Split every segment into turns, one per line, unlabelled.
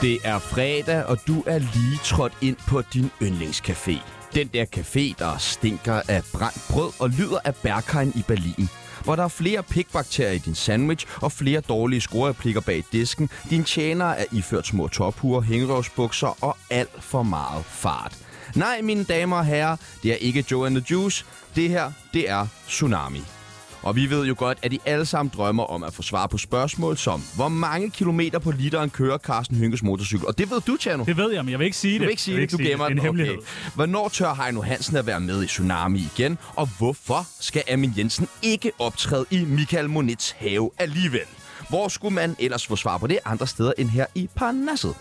Det er fredag, og du er lige trådt ind på din yndlingscafé. Den der café, der stinker af brændt brød og lyder af bærkegn i Berlin. Hvor der er flere pikbakterier i din sandwich og flere dårlige scorereplikker bag disken. Din tjenere er iført små tophuer, hængerøvsbukser og alt for meget fart. Nej, mine damer og herrer, det er ikke Joe and the Juice. Det her, det er Tsunami. Og vi ved jo godt, at de alle sammen drømmer om at få svar på spørgsmål som, hvor mange kilometer på literen kører Carsten Hynkes motorcykel? Og det ved du, Tjerno.
Det ved jeg, men jeg vil ikke sige det.
Du vil ikke sige
Jeg
det, du gemmer
det. Det er en
den.
hemmelighed.
Okay. Hvornår tør Heino Hansen at være med i Tsunami igen? Og hvorfor skal Amin Jensen ikke optræde i Michael Monets have alligevel? Hvor skulle man ellers få svar på det andre steder end her i Parnasset?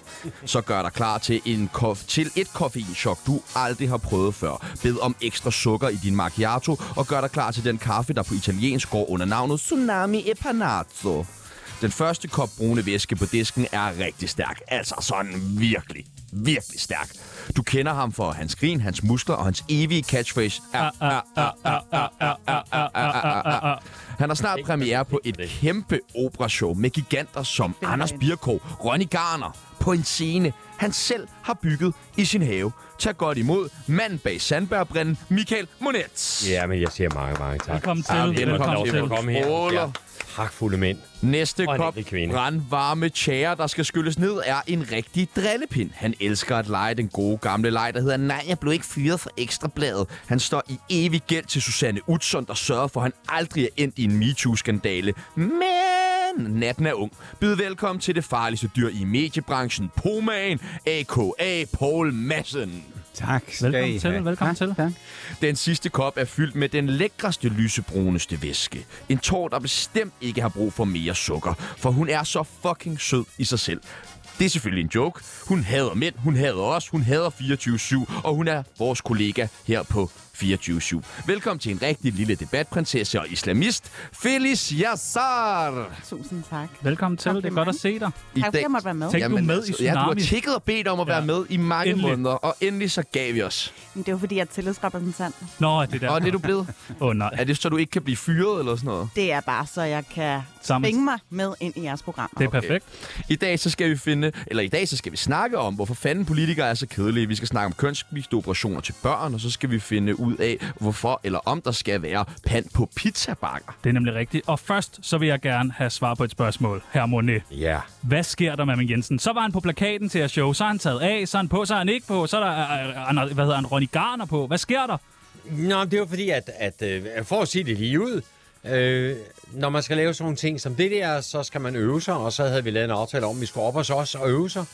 Så gør dig klar til, en kof- til et koffeinchok, du aldrig har prøvet før. Bed om ekstra sukker i din macchiato, og gør dig klar til den kaffe, der på italiensk går under navnet Tsunami Epanazzo. Den første kop brune væske på disken er rigtig stærk. Altså sådan virkelig, virkelig stærk. Du kender ham for hans grin, hans muskler og hans evige catchphrase. Ah, ah, ah, ah, ah, ah, ah, ah, ah, ah, ah, ah. Han har snart premiere på et kæmpe operashow med giganter som Anders Birko, Ronny Garner på en scene, han selv har bygget i sin have. Tag godt imod manden bag Sandbergbrænden, Michael Monets.
Ja, men jeg siger mange, mange tak.
Velkommen til.
Ah, velkommen,
Velkommen
velkommen til.
til.
Velkommen her.
Åler.
Ja. Pragtfulde mænd.
Næste
Og en
kop
ældre kvinde.
brandvarme tjære, der skal skylles ned, er en rigtig drillepind. Han elsker at lege den gode gamle leg, der hedder Nej, jeg blev ikke fyret fra ekstrabladet. Han står i evig gæld til Susanne Utzon, der sørger for, at han aldrig er endt i en MeToo-skandale. Men natten er ung. Byd velkommen til det farligste dyr i mediebranchen, Pomaen, a.k.a. Paul Madsen.
Tak skal
Velkommen
I
til,
have.
velkommen
tak,
til.
Tak.
Den sidste kop er fyldt med den lækreste lysebruneste væske. En tår, der bestemt ikke har brug for mere sukker, for hun er så fucking sød i sig selv. Det er selvfølgelig en joke. Hun hader mænd, hun hader os, hun hader 24-7, og hun er vores kollega her på 24-7. Velkommen til en rigtig lille debatprinsesse og islamist, Feliz Yassar.
Tusind tak.
Velkommen til.
Tak,
Det er
det er
godt at se dig.
I altså,
Tak, fordi jeg måtte være med.
Tænk, du er med i
Ja, du har
Tsunami.
tækket og bedt om at være
Ja.
med i mange
Endelig.
måneder, og endelig så gav vi os.
Men det er jo fordi, jeg er tillidsrepræsentant.
Nå, det der.
Og det er du blevet.
Åh, oh, nej.
Er det så, du ikke kan blive fyret eller sådan noget?
Det er bare, så jeg kan
Sammen.
tvinge mig med ind i jeres program.
Det er perfekt.
I dag så skal vi finde, eller i dag så skal vi snakke om, hvorfor fanden politikere er så kedelige. Vi skal snakke om kønsskifte operationer til børn, og så skal vi finde ud af, hvorfor eller om der skal være pand på pizzabakker.
Det er nemlig rigtigt. Og først, så vil jeg gerne have svar på et spørgsmål, herr Monet.
Ja.
Hvad sker der med Amin Jensen? Så var han på plakaten til at show, så er han taget af, så er han på, så er han ikke på, så er der, øh, øh, hvad hedder han, Ronny Garner på. Hvad sker der?
Nå, men det var fordi, at, at øh, for at sige det lige ud, øh, når man skal lave sådan nogle ting som det der, så skal man øve sig, og så havde vi lavet en aftale om, at vi skulle op hos os og øve sig.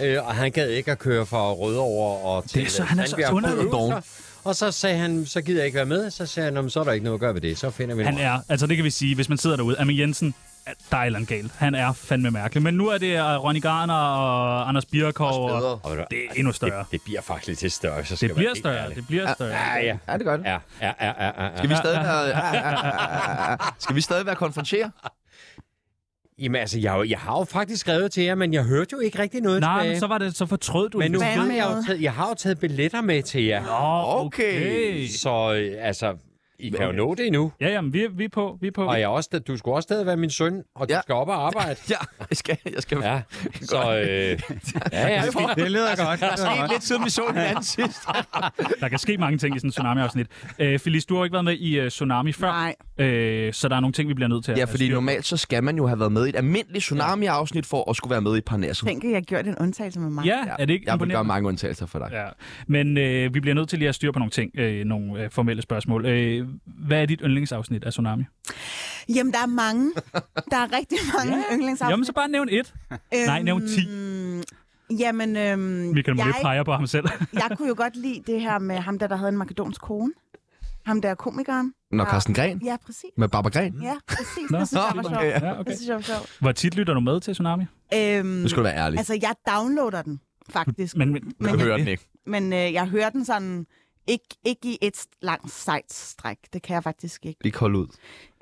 Øh, og han gad ikke at køre fra Rødovre og til
så- han er så
Sandbjerg for at
underlig
øve
doven.
sig. Og så sagde han, så gider jeg ikke være med. Så sagde han, "Nå, men så er der ikke noget at gøre ved det. Så finder vi
Han
noget.
er, altså det kan vi sige, hvis man sidder derude, Amin Jensen, at der er et eller andet galt. Han er fandme mærkelig. Men nu er det øh, Ronny Garner og Anders Birkow. Og
Og ved du hvad,
det er endnu større.
Det, det bliver faktisk lidt større. Så skal
det bliver
man
større, det bliver større.
Ja, ja.
Ja, det gør det.
Ja, ja, ja, ja, ja.
Skal vi stadig være, skal vi stadig være konfronteret?
Jamen altså, jeg, har jo- jeg har jo faktisk skrevet til jer, men jeg hørte jo ikke rigtig noget
Nej,
tilbage.
men så var det, så fortrød du
men nu
det.
Hvad
ved jeg jo,
med-
taget, jeg har jo taget billetter med til jer.
Nå,
Okay.
okay.
Så øh, altså, I kan jo nå det endnu.
Ja, jamen, vi, er- vi er på, vi er på.
Og jeg er også, du skulle også stadig være min søn, og du
Ja.
ja. skal op og arbejde.
Ja, jeg skal. Jeg skal.
Ja, så øh, ja, ja.
Det lyder godt. Det lyder godt.
Lidt siden vi så hinanden sidst.
Der kan ske mange ting i sådan en tsunami-afsnit. Øh, Felice, du har jo ikke været med i uh, Tsunami før,
Nej.
Øh, så der er nogle ting, vi bliver nødt til at
Ja, fordi
styre på.
normalt så skal man jo have været med i et almindeligt tsunami-afsnit for at skulle være med i Parnasset.
Tænk, at jeg har gjort en undtagelse med mig.
Ja, er det ikke
Jeg vil gøre
imponerende?
mange undtagelser for dig.
Ja. Men øh, vi bliver nødt til lige at styre på nogle ting, øh, nogle øh, formelle spørgsmål. Øh, hvad er dit yndlingsafsnit af Tsunami?
Jamen, der er mange. Der er rigtig mange ja. yndlingsafsnit.
Jamen, så bare nævn et. nej, nævn ti.
Jamen, øhm,
Michael Monet
jeg,
peger på ham selv.
jeg kunne jo godt lide det her med ham der, der havde en makedonsk kone. Ham der komikeren.
Når Carsten Gren
Ja, præcis.
med Barbara Gren.
Ja, præcis.
Nå,
Det synes jeg var
okay.
sjovt.
ja, okay.
Det synes jeg var sjovt.
Hvor tit lytter du med til Tsunami?
Øhm,
Nu skal du være ærlig.
altså, jeg downloader den faktisk.
Altså, Men, men
Du hører den ikke.
men øh, jeg hører den sådan Ikke, ikke i et langt sejt stræk. Det kan jeg faktisk ikke.
Ikke holde ud.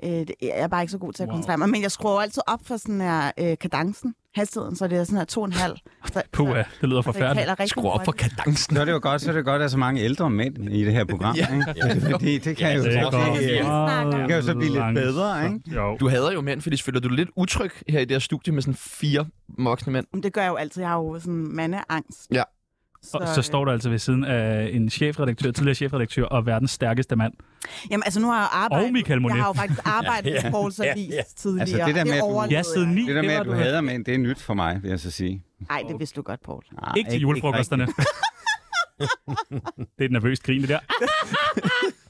Øh, det- jeg er bare ikke så god til at
Wow.
koncentrere mig. Men jeg skruer jo altid op for sådan her øh, kadencen, hastigheden, så det er sådan her to og en halv. Så,
Puh,
så-
ja, det lyder
så jeg
forfærdeligt.
taler rigtig
Skru op for
hurtigt.
kadencen.
Nå, det er jo godt, så er det godt, at der er så mange ældre mænd i det her program.
Ja.
Ikke? Fordi det kan
Ja,
jo
det er
så
godt.
blive, øh,
snakker.
det kan jo så blive lidt bedre, ikke?
Jo.
Du hader jo mænd, fordi føler du dig lidt utryg her i det her studie med sådan fire voksne mænd.
Men Det gør jeg jo altid. Jeg har jo sådan mandeangst.
Ja.
Og så står der altså ved siden af en chefredaktør, tidligere chefredaktør og verdens stærkeste mand.
Jamen, altså, nu har jeg jo arbejdet...
Og Michael Monet.
Jeg har jo faktisk arbejdet med Paul Savis
ja.
tidligere.
Altså, det der med, at du-
overlevede
Jeg sidde
jeg.
ni.
Det der med,
var
at du hader mænd, det er nyt for mig, vil jeg så sige.
Ej, det vidste du godt, Paul.
Nej,
Ikke til julefrokosterne. det er et nervøst grin, det der.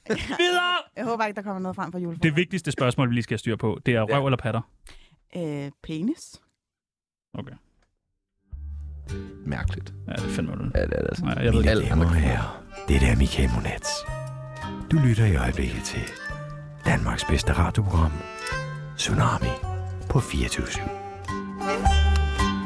Videre!
Jeg håber ikke, der kommer noget frem fra
Det
julefrokosten.
vigtigste spørgsmål, vi lige skal have styr på, det er røv eller patter?
Øh, penis.
Okay.
Mærkeligt.
Ja, det finder man
Ja, det er det altså.
Nej, jeg ved
Mine
ikke.
damer og herrer, det er Michael Monats. Du lytter i øjeblikket til Danmarks bedste radioprogram, Tsunami på 24
Vi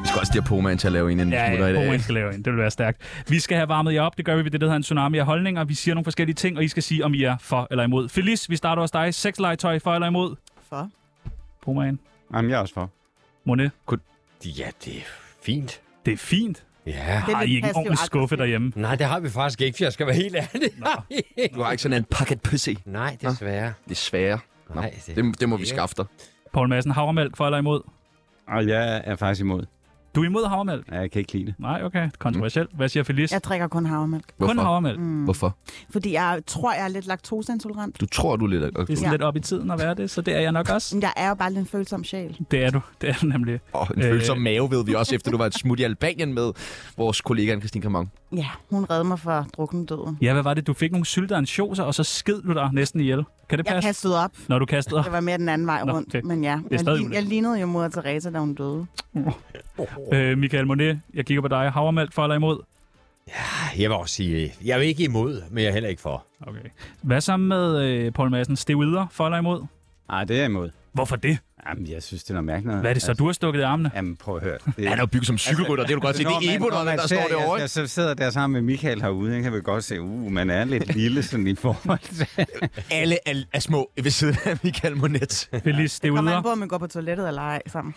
skal også lige have Poma til at lave en inden
Ja,
ja, smutter i
ja,
dag.
Owen skal lave en. Det vil være stærkt. Vi skal have varmet jer op. Det gør vi ved det, der hedder en tsunami af holdninger. Vi siger nogle forskellige ting, og I skal sige, om I er for eller imod. Felice, vi starter hos dig. Sexlegetøj for eller imod?
For.
Pomaen.
Jamen, jeg er også for.
Monet.
Ja, det er fint.
Det er fint.
Ja.
Det er
Har I
lidt
ikke en ordentlig
passiv-aggressiv.
skuffe derhjemme?
Nej, det har vi faktisk ikke, for jeg skal være helt ærlig.
Du har ikke sådan en pocket pussy.
Nej, desværre.
Desværre. Nå,
Nej, det-
det, det må vi
det-
skaffe dig.
Poul Madsen, havremælk for eller imod?
Og jeg er faktisk imod.
Du er imod havremælk?
Ja, Jeg kan ikke lide det.
Nej, okay. Kontroversielt. Hvad siger Felice?
Jeg drikker kun havremælk.
Kun
Hvorfor?
havremælk.
Mm.
Hvorfor?
Fordi jeg tror, jeg er lidt laktoseintolerant.
Du tror, du er lidt...
Det er sådan
Ja. Mm.
ja. lidt op i tiden at være det, så det er jeg nok også.
Men Jeg er jo bare lidt en følsom sjæl.
Det er du. Det er du nemlig.
Og en
Øh.
følsom mave ved vi også, efter du var et smut i Albanien med vores kollega Christine Kamon.
Ja, hun redde mig fra druknedøden.
Ja, hvad var det? Du fik nogle sylteansjoser, og så sked du dig næsten ihjel. Kan det
Jeg
passe?
kastede op.
Når du kastede
Det var mere den anden vej
Nå,
rundt.
det-
Men ja,
er
jeg,
stadig
lign-
ulækkert.
jeg lignede jo mor Teresa, da hun døde.
Øh, Michael Monet, jeg kigger på dig. Havremælk for eller imod?
Jeg vil også sige, øh, jeg er ikke imod, men jeg er heller ikke for.
Okay. Hvad så med øh, Paul Madsen? Steroider for eller imod?
Nej, det er jeg imod.
Hvorfor det?
Jamen, jeg synes, det er noget mærkeligt.
Hvad er det så,
Altså-
du har stukket i armene?
Jamen, prøv at høre. Det
Han er jo bygget som cykelrytter, det kan du godt se. Det er Ebo, der, der står
jeg,
derovre.
jeg, så sidder der sammen med Michael herude, ikke? jeg vil godt se, uh, man er lidt lille sådan i forhold til...
Alle er, er små ved siden af Michael Monet.
Felice,
Kommer
steroider.
an på, om man går på toilettet eller ej sammen.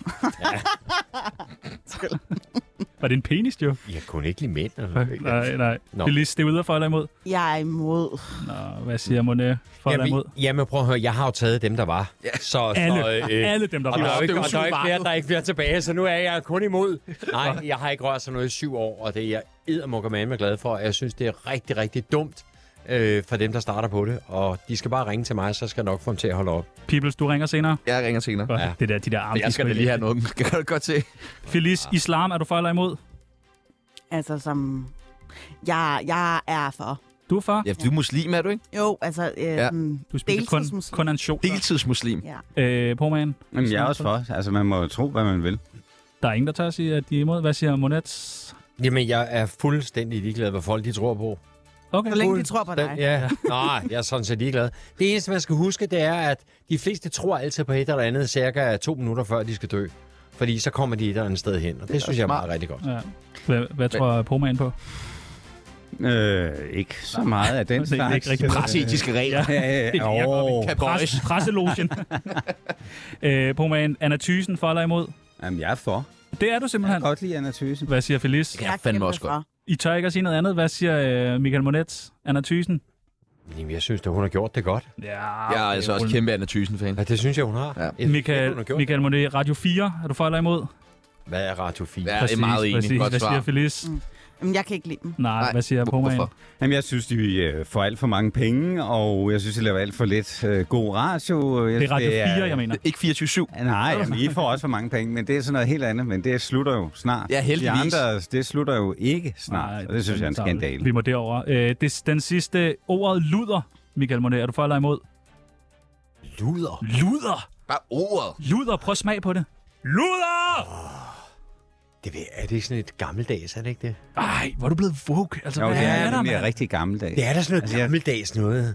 Var det en penis, jo?
Jeg kunne ikke lide mænd. Eller
Nej, nej.
Nå.
Felice, steroider for eller imod?
Jeg er imod.
Nå, hvad siger Monet for eller
Jamen,
imod?
jamen, prøv at høre, jeg har jo taget dem, der var. Ja. Så,
Alle,
så,
alle dem, der
og
var
der er, jo
der.
ikke, og der, er ikke
Støvsugebarnet.
flere, der er ikke flere tilbage, så nu er jeg kun imod. Nej, jeg har ikke rørt sådan noget i syv år, og det er jeg eddermokkermand med glad for. og Jeg synes, det er rigtig, rigtig dumt øh, for dem, der starter på det. Og de skal bare ringe til mig, så skal jeg nok få dem til at holde op.
Peoples, du ringer senere.
Jeg ringer senere.
Godt.
Ja.
Det der, de der arme.
Jeg skal da lige have noget. Kan du godt se?
Felice, islam, er du for eller imod?
Altså, som... Jeg, jeg er for.
Du er for?
Ja, du er muslim, er du ikke?
Jo, altså... Øh,
Ja.
ja.
Du spiser kun,
Deltidsmuslim.
kun ansjov.
Deltidsmuslim.
ja.
Øh, Pormagen,
Jamen, jeg er også for. Altså, man må jo tro, hvad man vil.
der er ingen, der tør at sige, at de er imod. Hvad siger Monets?
Jamen, jeg er fuldstændig ligeglad, hvad folk de tror på.
Okay.
Så længe de tror på dig.
Den, ja. Nej, jeg er sådan set ligeglad. Det eneste, man skal huske, det er, at de fleste tror altid på et eller andet cirka to minutter, før de skal dø. Fordi så kommer de et eller andet sted hen, og det, det synes jeg er meget rigtig godt.
Ja. Hvad, hvad tror Pormagen på?
Øh, ikke så meget af den
Det er
slags.
ikke rigtig
Præsetiske regler.
Ja, ja,
Det kan jeg
ja. Åh.
Kan bøjes.
Pres, presselogen. øh, Pormagen, Anna Thysen for eller imod?
Jamen, jeg er for.
Det er du
Jeg
simpelthen.
kan godt lide Anna Thysen.
Hvad siger Felice?
Ja, fandme også godt.
I tør ikke at sige noget andet. Hvad siger øh, Michael Monets? Anna Thysen?
Jamen, jeg synes, at hun har gjort det godt.
Ja,
Jeg er altså også kæmpe Anna Thysen-fan.
Ja, det synes jeg, hun har.
Ja.
Jeg synes, hun har
Michael,
gjort.
Michael Monet, Radio 4, er du for eller imod?
Hvad er Radio 4?
Ja, det er meget enig.
præcis.
Godt
Hvad
svar.
siger Felice? Mm.
Jamen, jeg kan ikke lide dem.
Nej,
Nej,
hvad siger Pormagen?
hvorfor?
Jamen, jeg synes, de øh, får alt for mange penge, og jeg synes, de laver alt for lidt øh, god radio. Jeg
Det er Radio 4,
er- Ah,
jeg mener.
Ikke 24-7.
Nej, jamen, I får også for mange penge, men det er sådan noget helt andet, men det slutter jo snart.
Ja, heldigvis.
De andre, det slutter jo ikke snart, Nej, og det synes jeg er en
tavle.
skandale.
Vi må derover. Øh, det, den sidste ordet luder, Michael Monet. Er du for eller imod?
Luder.
Luder!
Bare ordet.
Luder, prøv at smag på det. Luder!
Det ved, er det ikke sådan et gammeldags, er det ikke det?
Ej, hvor er du blevet woke. Altså,
Jo,
hvad
det er
der,
nemlig
mand?
rigtig gammeldags.
Det er da sådan noget altså,
Altså, jeg-
gammeldags noget.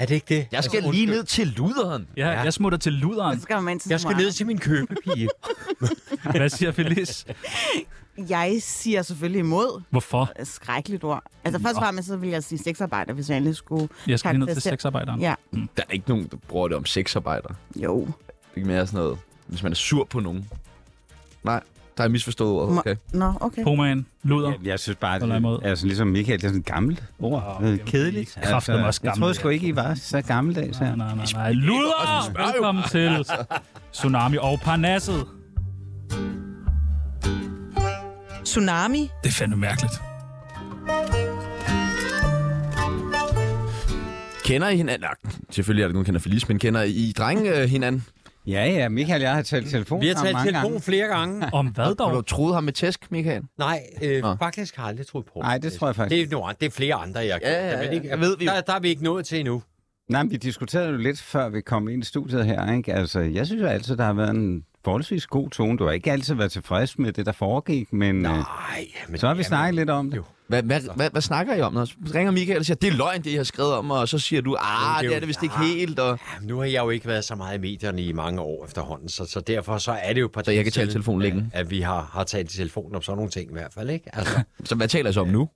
Er det ikke det?
Jeg skal
Altså,
lige
undskyld.
ned til luderen.
Ja,
Ja.
jeg smutter til luderen.
Så skal man ind til
Jeg skal
Smoran.
ned til min købepige.
Hvad siger Felice?
Jeg siger selvfølgelig imod.
Hvorfor?
Skrækkeligt ord. Altså først og fremmest, så vil jeg sige sexarbejder, hvis jeg egentlig skulle...
Jeg skal lige ned til
karakterisere-
sexarbejderen.
Ja,
Der er ikke nogen, der bruger det om sexarbejder.
jo.
Det er mere sådan noget, hvis man er sur på nogen. Nej, der er misforstået ordet,
Må-
okay?
Nå, okay.
Homan, luder.
Jeg, jeg synes bare,
På en eller anden måde.
det er sådan ligesom Michael, det er sådan et gammelt ord. Wow, Kedeligt. Altså,
I er kraftedeme også
jeg troede
gamle.
sgu ikke, I var så gammeldags
Nej,
her.
nej, nej, nej. Luder!
jo.
Velkommen til Tsunami og Parnasset.
Tsunami.
Det er fandme mærkeligt.
Kender I hinanden? Nej, selvfølgelig er det nogen, der kender Felice, men kender I drenge øh, hinanden?
Ja, ja, Michael, jeg har talt telefon
Vi har talt
mange
telefon
gange.
flere gange.
Om hvad
Har du
dog?
troet ham med tæsk, Michael?
Nej, øh,
Nå.
faktisk har jeg aldrig troet på.
Nej, det tror jeg faktisk.
Det er, nogle, andre- det er flere andre, jeg
Ja, ja,
der, men
ja.
ikke,
Jeg ved, vi-
der, der er vi ikke nået til endnu.
Nej, men vi diskuterede jo lidt, før vi kom ind i studiet her. Ikke? Altså, jeg synes jo altid, der har været en forholdsvis god tone. Du har ikke altid været tilfreds med det, der foregik, men øh,
Nej, men...
så har vi snakket lidt om det.
Jo.
Hvad, hvad, hvad, hvad snakker I om? Når så ringer Michael og siger, det er løgn, det I har skrevet om mig, og så siger du, ah,
det er
det er
jo-
det vist ikke helt, og...
Jamen, nu har jeg jo ikke været så meget i medierne i mange år efterhånden, så, så derfor så er det jo på
Så jeg kan tale telefon længe.
at, at vi har, har talt i telefonen om sådan nogle ting i hvert fald, ikke? Altså,
Så hvad taler I så om nu?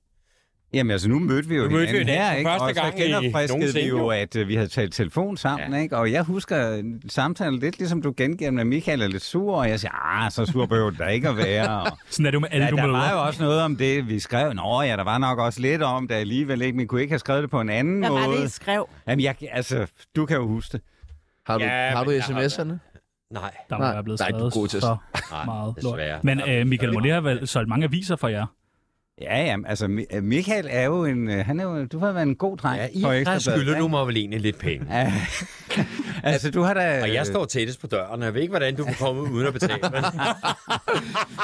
Jamen altså, nu mødte vi jo
Nu mødte vi
hinanden
hinanden
her,
for
ikke?
første
og så
gang i
genopfriskede
nogensinde,
vi jo,
jo.
at øh, vi havde talt telefon sammen, ikke? Og jeg husker øh, samtalen lidt, ligesom du gengiver med Michael er lidt sur, og jeg siger, ah, så sur behøver det da ikke at være. Og,
Sådan er det jo med alle,
ja,
du
der var
møder.
jo også noget om det, vi skrev. Nå ja, der var nok også lidt om det alligevel, ikke? Men kunne ikke have skrevet det på en anden
Hvad var
måde.
det, I skrev?
Jamen, jeg, altså, du kan jo huske det.
Har du,
Ja,
ja, har du
men jeg har-
sms'erne?
nej.
Der må
Nej,
være blevet
der er ikke
skrevet
god til at-
så meget
desværre.
lort. Men øh, Michael Monet har vel solgt mange aviser for jer.
Ja, ja, altså, Mi- øh, Michael er jo en... øh, Han er jo, du har været en god dreng
Ja, I
for
har
Ekstra Bladet,
skylder
ikke?
nu mig vel egentlig lidt penge.
Ja. altså, du har da...
Og jeg
øh.
står tættest på døren, og jeg ved ikke, hvordan du kan komme uden at betale. Men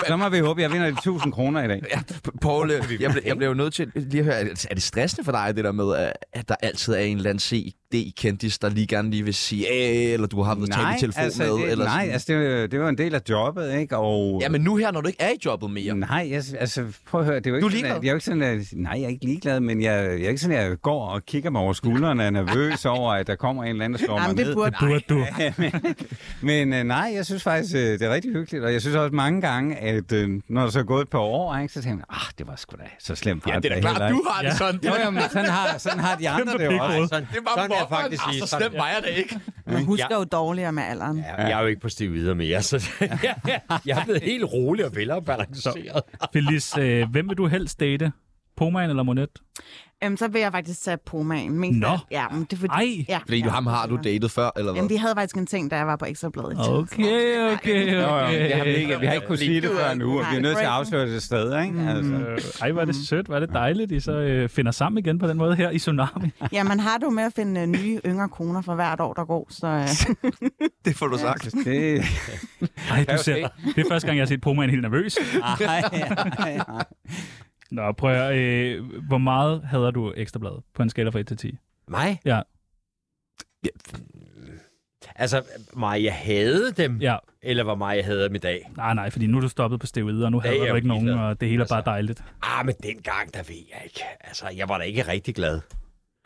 Så må vi håbe, jeg vinder de 1000 kroner i dag.
Ja, P- Paul, øh, jeg, ble, jeg blev jo nødt til lige at høre, er er det stressende for dig, det der med, at- at der altid er en eller anden CD-kendis, der lige gerne lige vil sige, "Æh," eller du har haft talt i telefon
altså,
med?
det,
eller
nej,
sådan.
altså, det, var- det var en del af jobbet, ikke? Og,
Ja, men nu her, når du ikke er i jobbet mere.
Nej, jeg, altså, prøv at høre, det er jo
Du
ikke
er
sådan, at, jeg er jo ikke sådan, at, nej, jeg er ikke ligeglad, men jeg, jeg er ikke sådan, at jeg går og kigger mig over skulderen og er nervøs over, at der kommer en eller anden, der slår
Jamen,
mig
det
ned.
burde...
Burde du?
Men øh, nej, jeg synes faktisk, øh, det er rigtig hyggeligt, og jeg synes også mange gange, at øh, når der så er gået et par år, ikke, så tænker jeg, ah, det var sgu da så slemt.
Ja, det er da klart, du har det
Ja.
sådan. Det,
Jo,
var,
jo, men sådan har, sådan har de andre
Kæmpe
det jo også.
pikhoved.
sådan,
det var
sådan er jeg
mobberen,
faktisk
ah,
i.
så
Sådan,
slemt var jeg da ikke.
Man husker
Ja.
jo dårligere med alderen.
ja, jeg er jo ikke på stiv videre mere, så jeg er blevet helt rolig og velafbalanceret.
Felice, øh, hvem vil du helst date? Poman eller Monet?
Øhm, så vil jeg faktisk tage pomaen. Mest
Nå.
af- Ja, men det er fordi...
Ej.
Ja,
Fordi du,
ja.
ham har du datet før, eller hvad?
Jamen, vi havde faktisk en ting, da jeg var på Ekstra Bladet.
Okay, okay,
Nå, jo,
Mm.
det har vi,
okay.
ikke, vi har ikke kunnet sige det før nu, og vi er nødt til at afsløre det sted,
Mm.
ikke? Altså.
Øh, Ej, hvor er det
Mm.
sødt, hvor er det dejligt, I så øh, finder sammen igen på den måde her i Tsunami.
Ja, man har det jo med at finde øh, nye yngre koner for hvert år, der går, så... Øh,
Det får du sagt.
Det,
Ej, du ser, det er første gang, jeg har set Poman helt nervøs.
ej, ej, ej.
Nå, prøv at, høre, øh, hvor meget hader du Ekstrabladet på en skala fra 1 til 10?
Mig?
Ja.
Altså, mig, jeg havde dem,
Ja,
eller hvor meget jeg havde dem i dag.
nej, nej, fordi nu er du stoppet på steroider, og nu
Ja,
hader
ja,
du ikke nogen,
ligeglad.
og det hele er bare
Altså.
dejligt.
Ah, men dengang, der ved jeg ikke. Altså, jeg var da ikke rigtig glad.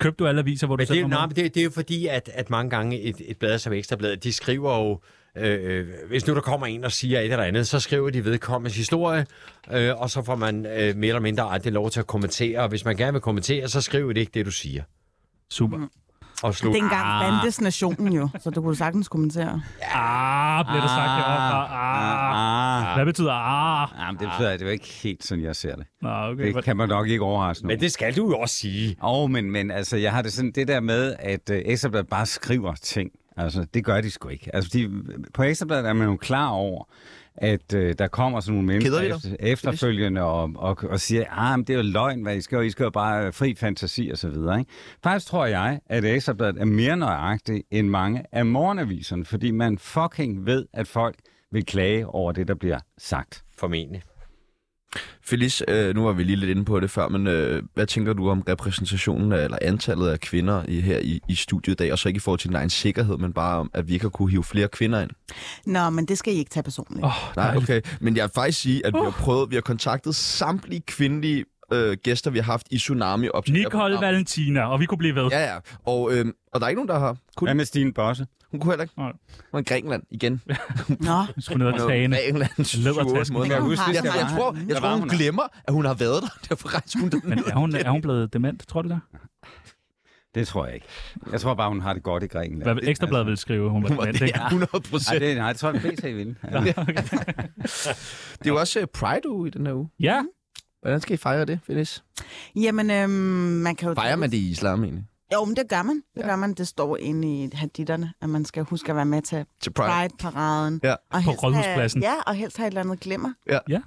Købte du alle aviser, hvor du
Men det, er
selv
jo-
var
nej,
med?
men det, det er jo fordi, at, at mange gange et, et blad som Ekstrablad, de skriver jo, øh, øh, hvis nu der kommer en og siger et eller andet, så skriver de vedkommendes historie, øh, og så får man øh, mere eller mindre aldrig lov til at kommentere, og hvis man gerne vil kommentere, så skriver det ikke det, du siger.
Super.
Og slut.
dengang fandtes nationen jo, så du kunne sagtens kommentere.
Ah, bliver der sagt heroppe. Ah.
Ah, ah.
Hvad betyder ah?
Jamen, det betyder, at det var ikke helt sådan, jeg ser det.
Nå, okay.
Det kan man nok ikke overraske nogen.
Men det skal du jo også sige.
Åh, oh, men, men altså, jeg har det sådan, det der med, at øh, Ekstrabladet bare skriver ting. Altså, det gør de sgu ikke. Altså, de, på Ekstrabladet er man jo klar over, at øh, der kommer sådan nogle mennesker
Keder de dig?
efter, efterfølgende og, og, og siger, ah, men det er jo løgn, hvad I skal, jo- I skal jo bare øh, fri fantasi og så videre. Ikke? Faktisk tror jeg, at Ekstrabladet er mere nøjagtig end mange af morgenaviserne, fordi man fucking ved, at folk vil klage over det, der bliver sagt.
Formentlig.
Felice, øh, nu var vi lige lidt inde på det før, men øh, hvad tænker du om repræsentationen af, eller antallet af kvinder i, her i, i studiet i dag? Og så ikke i forhold til din egen sikkerhed, men bare om, at vi ikke har kunne hive flere kvinder ind.
Nå, men det skal I ikke tage personligt.
Åh,
Nej, okay. Men jeg vil faktisk sige, at vi har prøvet, vi har kontaktet samtlige kvindelige øh, gæster, vi har haft i Tsunami op til
Nicole Valentina, og vi kunne blive ved. Ja.
Ja, ja. Og, øh, og der er ikke nogen, der har...
Hvad
Kunne,
med Stine Bosse?
hun kunne heller ikke.
Nej.
Hun er i Grækenland igen.
Nå,
Skulle ned og
Noget
tage hende.
Grækenland.
Lædertasken.
Jeg,
Nå,
jeg,
hun
huske,
har-
hvis
jeg,
jeg
jeg,
var-
tror, jeg
Der
tror,
var
hun
hun her.
glemmer, at hun har været der. Derfor rejser hun den.
Men er hun, er hun blevet dement, tror du det?
Det tror jeg ikke. Jeg tror bare, hun har det godt i Grækenland.
Hvad Ekstrabladet ville skrive, hun var
Hun var
dement,
der
ikke?
100
Nej,
procent.
det, nej, det tror jeg, BT vil. Ja.
Det er jo også øh, Pride-uge i den her uge.
Ja,
Hvordan skal I fejre det, Phyllis?
jamen, øhm, man kan jo...
Fejrer man det i islam egentlig?
Jo, men det gør man. Det gør man. Det står inde i haditterne, at man skal huske at være med til
Til Pride?
Pride-paraden.
Ja.
og helst have-
Rådhuspladsen.
Ja, og helst have et eller andet glimmer.
Ja.
Ja.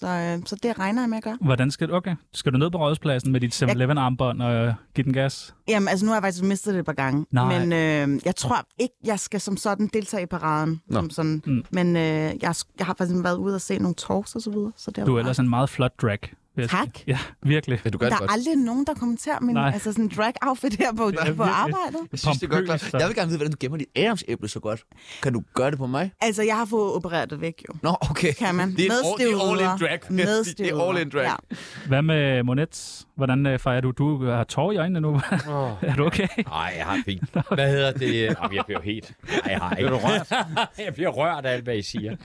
Så, øh, så det regner jeg med at gøre.
hvordan skal du? Okay, skal du ned på rådhuspladsen med dit 7-Eleven-armbånd og øh, give den gas?
Jamen, altså nu har jeg faktisk mistet det et par gange.
Nej.
Men øh, jeg tror ikke, jeg skal som sådan deltage i paraden.
Nå.
Som sådan.
Mm.
Men øh, jeg, jeg har faktisk været ude og se nogle talks og så videre. Så det
Du er
bare-
ellers en meget flot drag. vil jeg sige.
Tak.
Ja, virkelig.
Ja, du gør
Der
det
er
godt.
aldrig nogen, der kommenterer min
Nej.
altså sådan drag-outfit her på,
er
på
virkelig-
arbejdet.
Jeg synes, det er godt
Pompøst,
klart. Jeg vil gerne vide, hvordan du gemmer dit æresæble så godt. Kan du gøre det på mig?
Altså, jeg har fået opereret det væk, jo.
Nå, okay.
Kan man.
Det er, et all, det er all in
Medstøvler.
drag. Det det er all in drag.
Ja.
Hvad med Monets? Hvordan øh, fejrer du? Du har tår i øjnene nu. er du okay?
Nej, jeg har det fint. Hvad hedder det? Jamen, jeg bliver jo helt... Nej, jeg har ikke.
du rørt?
jeg bliver rørt af alt, hvad I siger.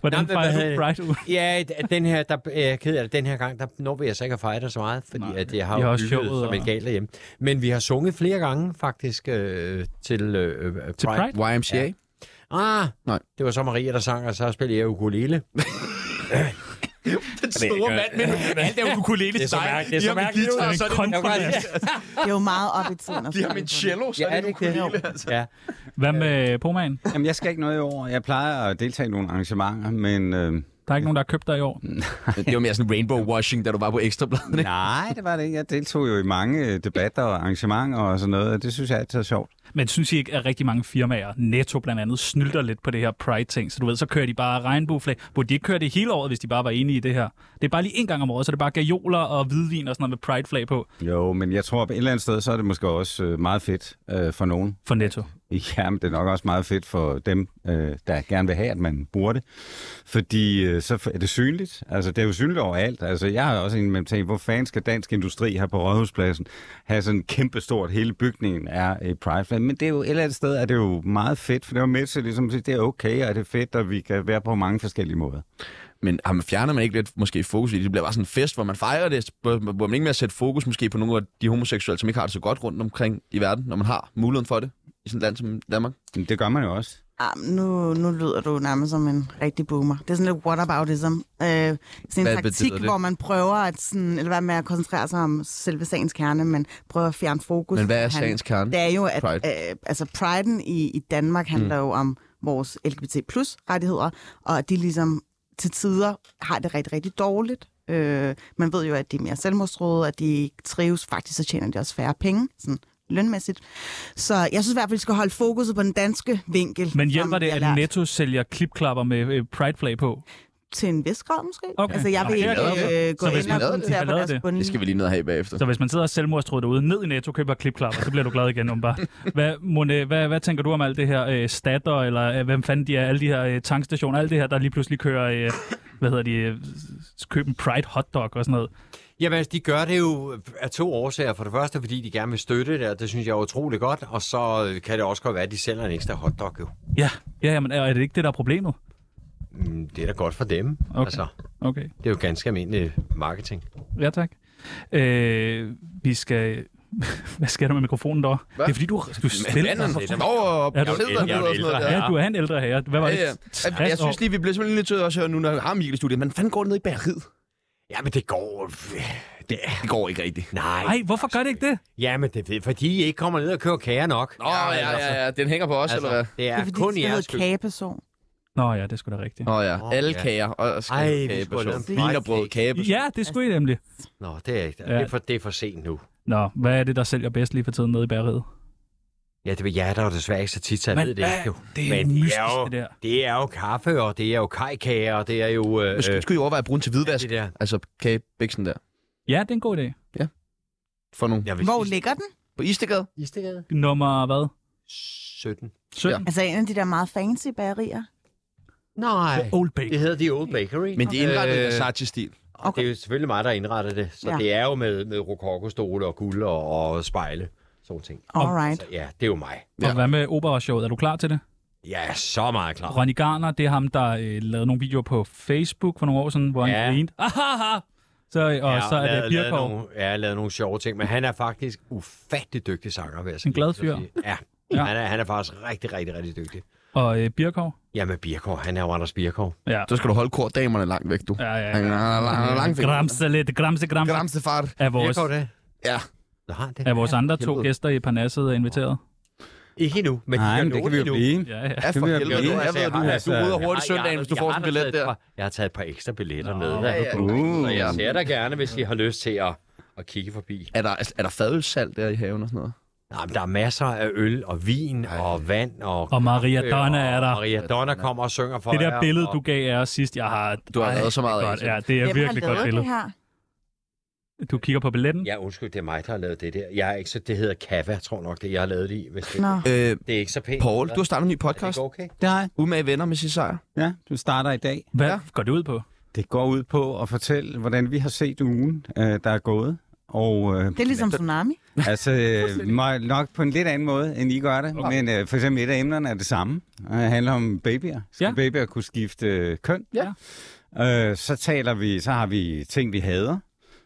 Hvordan
Nå, men
fejrer
hvad
du
hedder
Pride uge?
Ja, d- den her, der, jeg er ked af det, den her gang, der når vi altså ikke at fejre det så meget, fordi
Nej.
at jeg
I
har
har
jo
også
bygget
showet
som en
og-
gal derhjemme. Men vi har sunget flere gange faktisk øh, til, øh, Pride.
Til Pride?
YMCA?
Ja. Ah,
Nej.
Nej. det var så Maria, der sang, og så spillede jeg ukulele.
Den store mand med alt er ukulele
Det er så
dig.
mærkeligt, det er
De
så
har min
mærkeligt.
guitar,
Det er
så er det-
Kontrollist.
Det er jo meget op i tiden. at
De har
spille
min
på det.
cello, så
Ja,
er
er
det
det ikke det?
ukulele. altså.
Ja.
Hvad med Pomaen?
Jamen, jeg skal ikke noget i år. Jeg plejer at deltage i nogle arrangementer, men... Øh,
Der er ikke nogen, der har købt dig i år.
Det var mere sådan rainbow washing, da du var på Ekstrabladet. ikke?
nej, det var det ikke. Jeg deltog jo i mange øh, debatter og arrangementer og sådan noget, og det synes jeg altid er sjovt.
Men synes I ikke, at rigtig mange firmaer, Netto blandt andet, snylter lidt på det her Pride-ting? Så du ved, så kører de bare regnbueflag. Burde de ikke køre det hele året, hvis de bare var enige i det her? Det er bare lige en gang om året, så det er bare gajoler og hvidvin og sådan noget med Pride-flag på
Jo, men jeg tror, at et eller andet sted, så er det måske også øh, meget fedt øh, for nogen.
for Netto.
Ja, men det er nok også meget fedt for dem, øh, der gerne vil have, at man bruger det. Fordi øh, så er det synligt. Altså, det er jo synligt overalt. Altså, jeg har også en med tænkt, hvor fanden skal dansk industri her på Rådhuspladsen have sådan kæmpestort, hele bygningen er et pride Men det er jo et eller andet sted, er det jo meget fedt, for det var med til ligesom, at sige, det er okay, og det er fedt, og vi kan være på mange forskellige måder.
Men har man fjerner man ikke lidt måske fokus i det? Det bliver bare sådan en fest, hvor man fejrer det, hvor hvor man ikke mere sætter fokus måske på nogle af de homoseksuelle, som ikke har det så godt rundt omkring i verden, når man har muligheden for det i sådan et land som Danmark.
Men det gør man jo også.
Ah, men nu, nu lyder du nærmest som en rigtig boomer. Det er sådan lidt whataboutism. Øh, sådan en
Hvad
taktik,
betyder det?
hvor man prøver at sådan, eller hvad med at koncentrere sig om selve sagens kerne, men prøver at fjerne fokus.
Men hvad er
Han-
sagens kerne?
Det er jo, at
Pride.
Øh, altså priden i, i Danmark handler mm. jo om vores LGBT plus rettigheder, og at de ligesom til tider har det rigtig, rigtig dårligt. Øh, man ved jo, at de er mere selvmordsråde, at de ikke trives. Faktisk så tjener de også færre penge, sådan lønmæssigt. Så jeg synes i hvert fald, vi skal holde fokuset på den danske vinkel.
Men
som
hjælper det,
jeg
at
lærte.
Netto sælger klipklapper med øh, Pride-flag på?
Til en vis grad måske.
Okay.
Altså jeg
Nå,
vil
det er lavet
ikke øh, gå
Så hvis
ind
man
og
lavede det,
kommentere
man
på
lavede
deres
det.
bundlinje.
Det skal vi lige ned og have bagefter.
Så hvis man sidder og selvmordstrød derude, ned i Netto, køber klipklapper, så bliver du glad igen, umiddelbart. Hvad, Mone, hvad, hvad tænker du om alt det her øh, statter, eller øh, hvem fanden de er, alle de her øh, tankstationer, alt det her, der lige pludselig kører, øh, hvad hedder de, øh, køb en Pride hotdog og sådan noget.
Jamen, altså, de gør det jo af to årsager. For det første, fordi de gerne vil støtte det, og det synes jeg er utrolig godt. Og så øh, kan det også godt være, at de sælger en ekstra hotdog jo.
Ja, ja, jamen, er, er det ikke det, der er problemet?
Mm, det er da godt for dem.
Okay.
Okay. Altså,
Okay,
det er jo ganske almindelig marketing.
ja tak. Øh, vi skal... hvad sker der med mikrofonen der? Det er fordi, du, du stiller
Manden
dig.
står og
Er du-
sidder
Jeg
ned
er jo
og sådan noget
ældre.
der.
Ja, du er en ældre herre. Hvad var det?
Ja, ja. Jeg, jeg
60
synes
år?
lige, vi bliver simpelthen nødt til også at høre nu, når vi har Mikkel i studiet. Men fanden går det ned i bæreriet?
Jamen, det går... øh, Det...
Det går ikke rigtigt.
Nej.
Ej, hvorfor gør det ikke det?
Jamen, det er fordi, I ikke kommer ned og kører kager nok.
Nå, ja, ja, ja. Den hænger på os, altså, eller hvad?
det er,
Det er fordi,
kun
de
i
skal
jeres
hedde
skyld.
kageperson.
Nå ja, det er sgu da rigtigt.
Nå ja,
Nå,
alle
ja.
kager og og skal
Ej, vi
kage
skulle have
på
lavet en
Vinerbrød,
pride
kage på
Ja, det skulle I nemlig.
Nå, det er, ikke,
Ja.
det, er for, det er for sent nu.
Nå, hvad er det, der sælger bedst lige for tiden nede i bageriet?
Ja, det er jeg, der er jo desværre ikke så tit, så jeg ved det ikke jo.
det er
Men
mystisk,
det er jo-
det der.
Det er jo kaffe, og det er jo kajkager, og det er jo... Øh,
Måske
øh,
skulle I overveje at bruge den til hvidvask.
det der.
Altså kagebæksen der.
Ja, det er en god idé.
For nogle.
Jeg vil
Hvor ligger den?
På Istegade?
Istegade?
Nummer hvad?
17.
17?
Altså en af de der meget fancy bagerier.
Nej.
Old Bay.
Det hedder The Old Bakery.
Men de er indrettet i
Øh,
Versace-stil.
Og okay. det er jo selvfølgelig mig, der indretter det. Så
Ja.
ja. det er jo med, med rokokostole og guld og, og spejle. Sådan ting.
Alright.
Så ja, det er jo mig.
Og hvad med operashowet? Er du klar til det?
Jeg er så meget klar.
Ronny Garner, det er ham, der øh, lavede nogle videoer på Facebook for nogle år siden, hvor han
Ja.
grinede. Ahaha! Så, øh, og så er det
lavet
Birkov.
nogle, ja, lavet nogle sjove ting, men han er faktisk ufattelig dygtig sanger, vil jeg så
En glad
lige så
fyr.
sige. Ja,
Ja.
ja. Han, er, han er faktisk rigtig, rigtig, rigtig dygtig.
Og øh, Birkov.
Jamen, Birkov, han er jo Anders Birkov.
Ja.
Så skal du holde kordamerne langt væk, du.
Ja, ja,
Han er lang- lang- lang-
Gramse lidt, gramse, gramse.
Gramse, far.
Er vores,
Birkov det?
Ja.
Nå, har han det?
er vores andre to
Helvede.
gæster i Parnasset er inviteret?
Ikke endnu, men
Nej, men
de
det kan vi jo
endnu.
blive.
Ja, ja.
Ja, for
vil jeg
helvede.
blive.
du- Jeg ved, at du,
Altså,
du rydder hurtigt
Ej, jeg har-
søndagen, hvis du
jeg
får
har
sådan en billet
taget et
der.
par- Jeg har taget et par ekstra billetter
Nå.
med.
Ja,
Ja,
ja.
Uh,
Ja.
Jeg ser dig gerne, hvis I har lyst til at, at kigge forbi.
Er der, er der fadølsalt der i haven og sådan noget?
Nej, men der er masser af øl og vin Ej. og vand og...
Og Maria
kaffe,
Donna er der.
Øh, Og Maria Donna kommer og synger for
Det
jer,
der billede,
og-
du gav af os sidst, jeg har...
Du har
Ej,
lavet så meget
det er
af
godt.
det.
Ja, det er
Hvem
virkelig
har
godt
lavet
billede.
det her?
Du kigger på billetten?
Ja, undskyld, det er mig, der har lavet det der. Jeg er ikke så... Det hedder Kava, tror nok, det jeg har lavet det i. Hvis det,
Nå.
Øh,
det er ikke så pænt.
Paul, du har startet en ny
Er det
podcast.
ikke okay?
Nej,
Umage venner med sin sejr.
ja, du starter i dag.
Hvad
Ja.
går det ud på?
Det går ud på at fortælle, hvordan vi har set ugen, øh, der er gået. Og øh,
Det er ligesom tsunami.
Altså, øh, må- nok på en lidt anden måde, end I gør det. Okay. Men øh, for eksempel et af emnerne er det samme. Det handler om babyer. Skal
Ja.
ja. babyer kunne skifte øh, køn? Ja. Øh, så taler vi, så har vi ting, vi hader.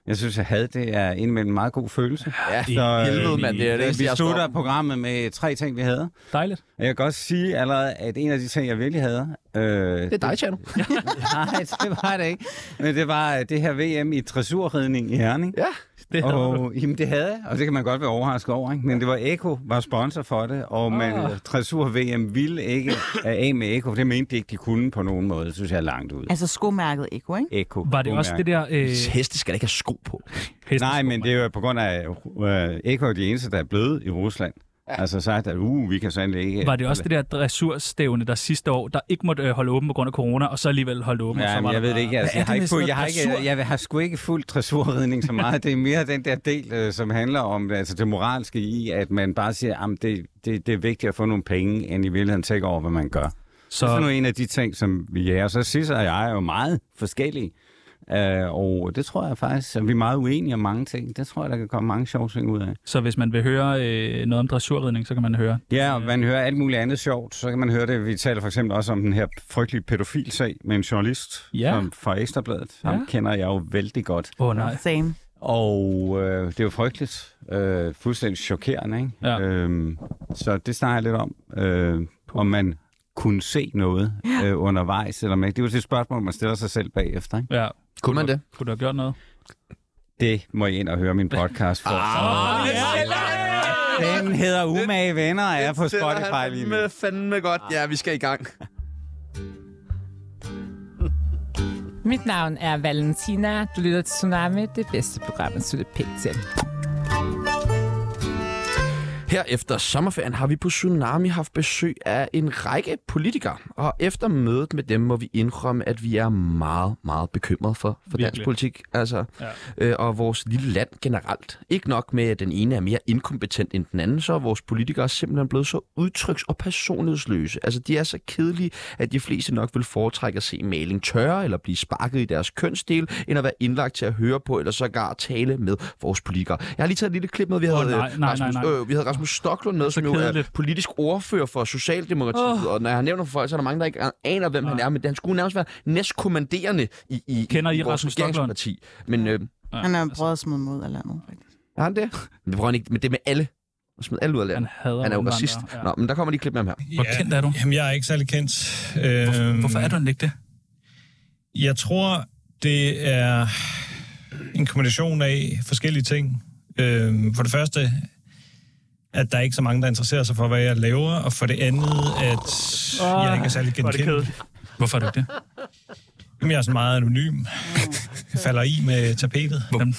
Jeg synes, at had, det er indimellem en meget god følelse.
Ja,
Så,
helvede, mand. Det er det, eneste,
vi
jeg står
slutter programmet med tre ting, vi hader.
Dejligt.
Og Jeg kan godt sige allerede, at en af de ting, jeg virkelig hader... Øh,
Det er dig, Tjerno.
nej, det var det ikke. Men det var øh, det her VM i dressurridning i Herning.
Ja.
Det havde du.
Og, jamen, det havde jeg, og det kan man godt være overrasket over, ikke? Men det var Eko, var sponsor for det, og man,
Ah.
Dressur VM ville ikke af af med Eko. Det mente de ikke, de kunne på nogen måde. Det synes jeg er langt ud.
Altså skomærket Eko, ikke?
Eko.
Var det også det der... Øh,
Heste skal da ikke have sko på.
hesteskov,
Nej, men
mand?
det er jo på grund af, øh, Eko er de eneste, der er blevet i Rusland. Ja. Altså sagt, at uh, vi kan sandelig ikke...
Var det også det der dressurstævne, der sidste år, der ikke måtte øh, holde åben på grund af corona, og så alligevel holdt åben? og så var
Ja, men jeg
der
ved det
bare-
ikke. Altså,
Hvad
jeg,
er det
har ikke
med sådan
fuld, jeg, har
noget
ikke, jeg har sgu ikke fuldt dressurridning så meget. Det er mere den der del, øh, som handler om altså det moralske i, at man bare siger, at det, det, det er vigtigt at få nogle penge, end i virkeligheden tænke over, hvad man gør. Så... Det er sådan
dressur?
en af de ting, som vi er. Og så Sisse og jeg er jo meget forskellige. Uh, og det tror jeg faktisk, at vi er meget uenige om mange ting. Det tror jeg, der kan komme mange sjove ting ud af.
Så, så hvis man vil høre øh, noget om dressurridning, så kan man høre.
Ja, og man hører alt muligt andet sjovt. Så kan man høre det. Vi taler for eksempel også om den her frygtelige pædofilsag med en journalist
Ja.
som fra Ekstrabladet. Ham
Ja.
kender jeg jo vældig godt.
Åh oh, nej.
Same.
Og øh, det er jo frygteligt. Øh, fuldstændig chokerende, ikke?
Ja.
Øhm, så det snakker jeg lidt om. Øh, om man kunne se noget øh, undervejs, eller om ikke. Det er jo et spørgsmål, man stiller sig selv bagefter, ikke?
Ja,
Kunne man det?
kunne du have gjort noget?
Det må I ind og høre min podcast for.
Ah,
Den hedder Umage Venner og er på Spotify lige nu.
Med fandme godt. Ja, vi skal i gang.
Mit navn er Valentina. Du lytter til Tsunami, det bedste program, at slutte pænt til.
Her efter sommerferien har vi på Tsunami haft besøg af en række politikere, og efter mødet med dem må vi indrømme, at vi er meget, meget bekymrede for, for dansk
Virkelig.
politik altså,
Ja.
ja. øh, og vores lille land generelt. Ikke nok med, at den ene er mere inkompetent end den anden, så er vores politikere simpelthen blevet så udtryks- og personlighedsløse. Altså, de er så kedelige, at de fleste nok vil foretrække at se maling tørre eller blive sparket i deres kønsdel, end at være indlagt til at høre på eller sågar tale med vores politikere. Jeg har lige taget et lille klip med, vi havde,
nej,
øh,
nej,
Rasmus,
nej, nej.
Øh, vi havde Rasmus Stoklund med,
Så
som jo er
kedeligt.
politisk ordfører for Socialdemokratiet, oh. og når jeg nævner for folk, så er der mange, der ikke aner, hvem han er, men han skulle nærmest være næstkommanderende i, i,
Kender I
i vores
Rasmus Stoklund?
regeringsparti. Men øh,
Ja, altså,
Han har prøvet at smide mig ud af landet, faktisk.
er han det? Men det prøver han ikke, men det er med alle. Og smid alle ud af
Han
landet.
hader
Han er jo
indvandrere,
racist.
Ja.
Nå, men der kommer de klip med ham her.
Hvor kendt er du?
Jamen, jeg er ikke særlig kendt. Øhm,
Hvorfor er du ikke det?
Jeg tror, det er en kombination af forskellige ting. Øhm, for det første, at der er ikke så mange, der interesserer sig for, hvad jeg laver, og for det andet, at jeg ikke er særlig
Ah, Hvor er det
genkendt.
kedeligt. Hvorfor er du ikke det?
Jamen, jeg er sådan meget anonym. Jeg falder i med tapetet.
Jamen,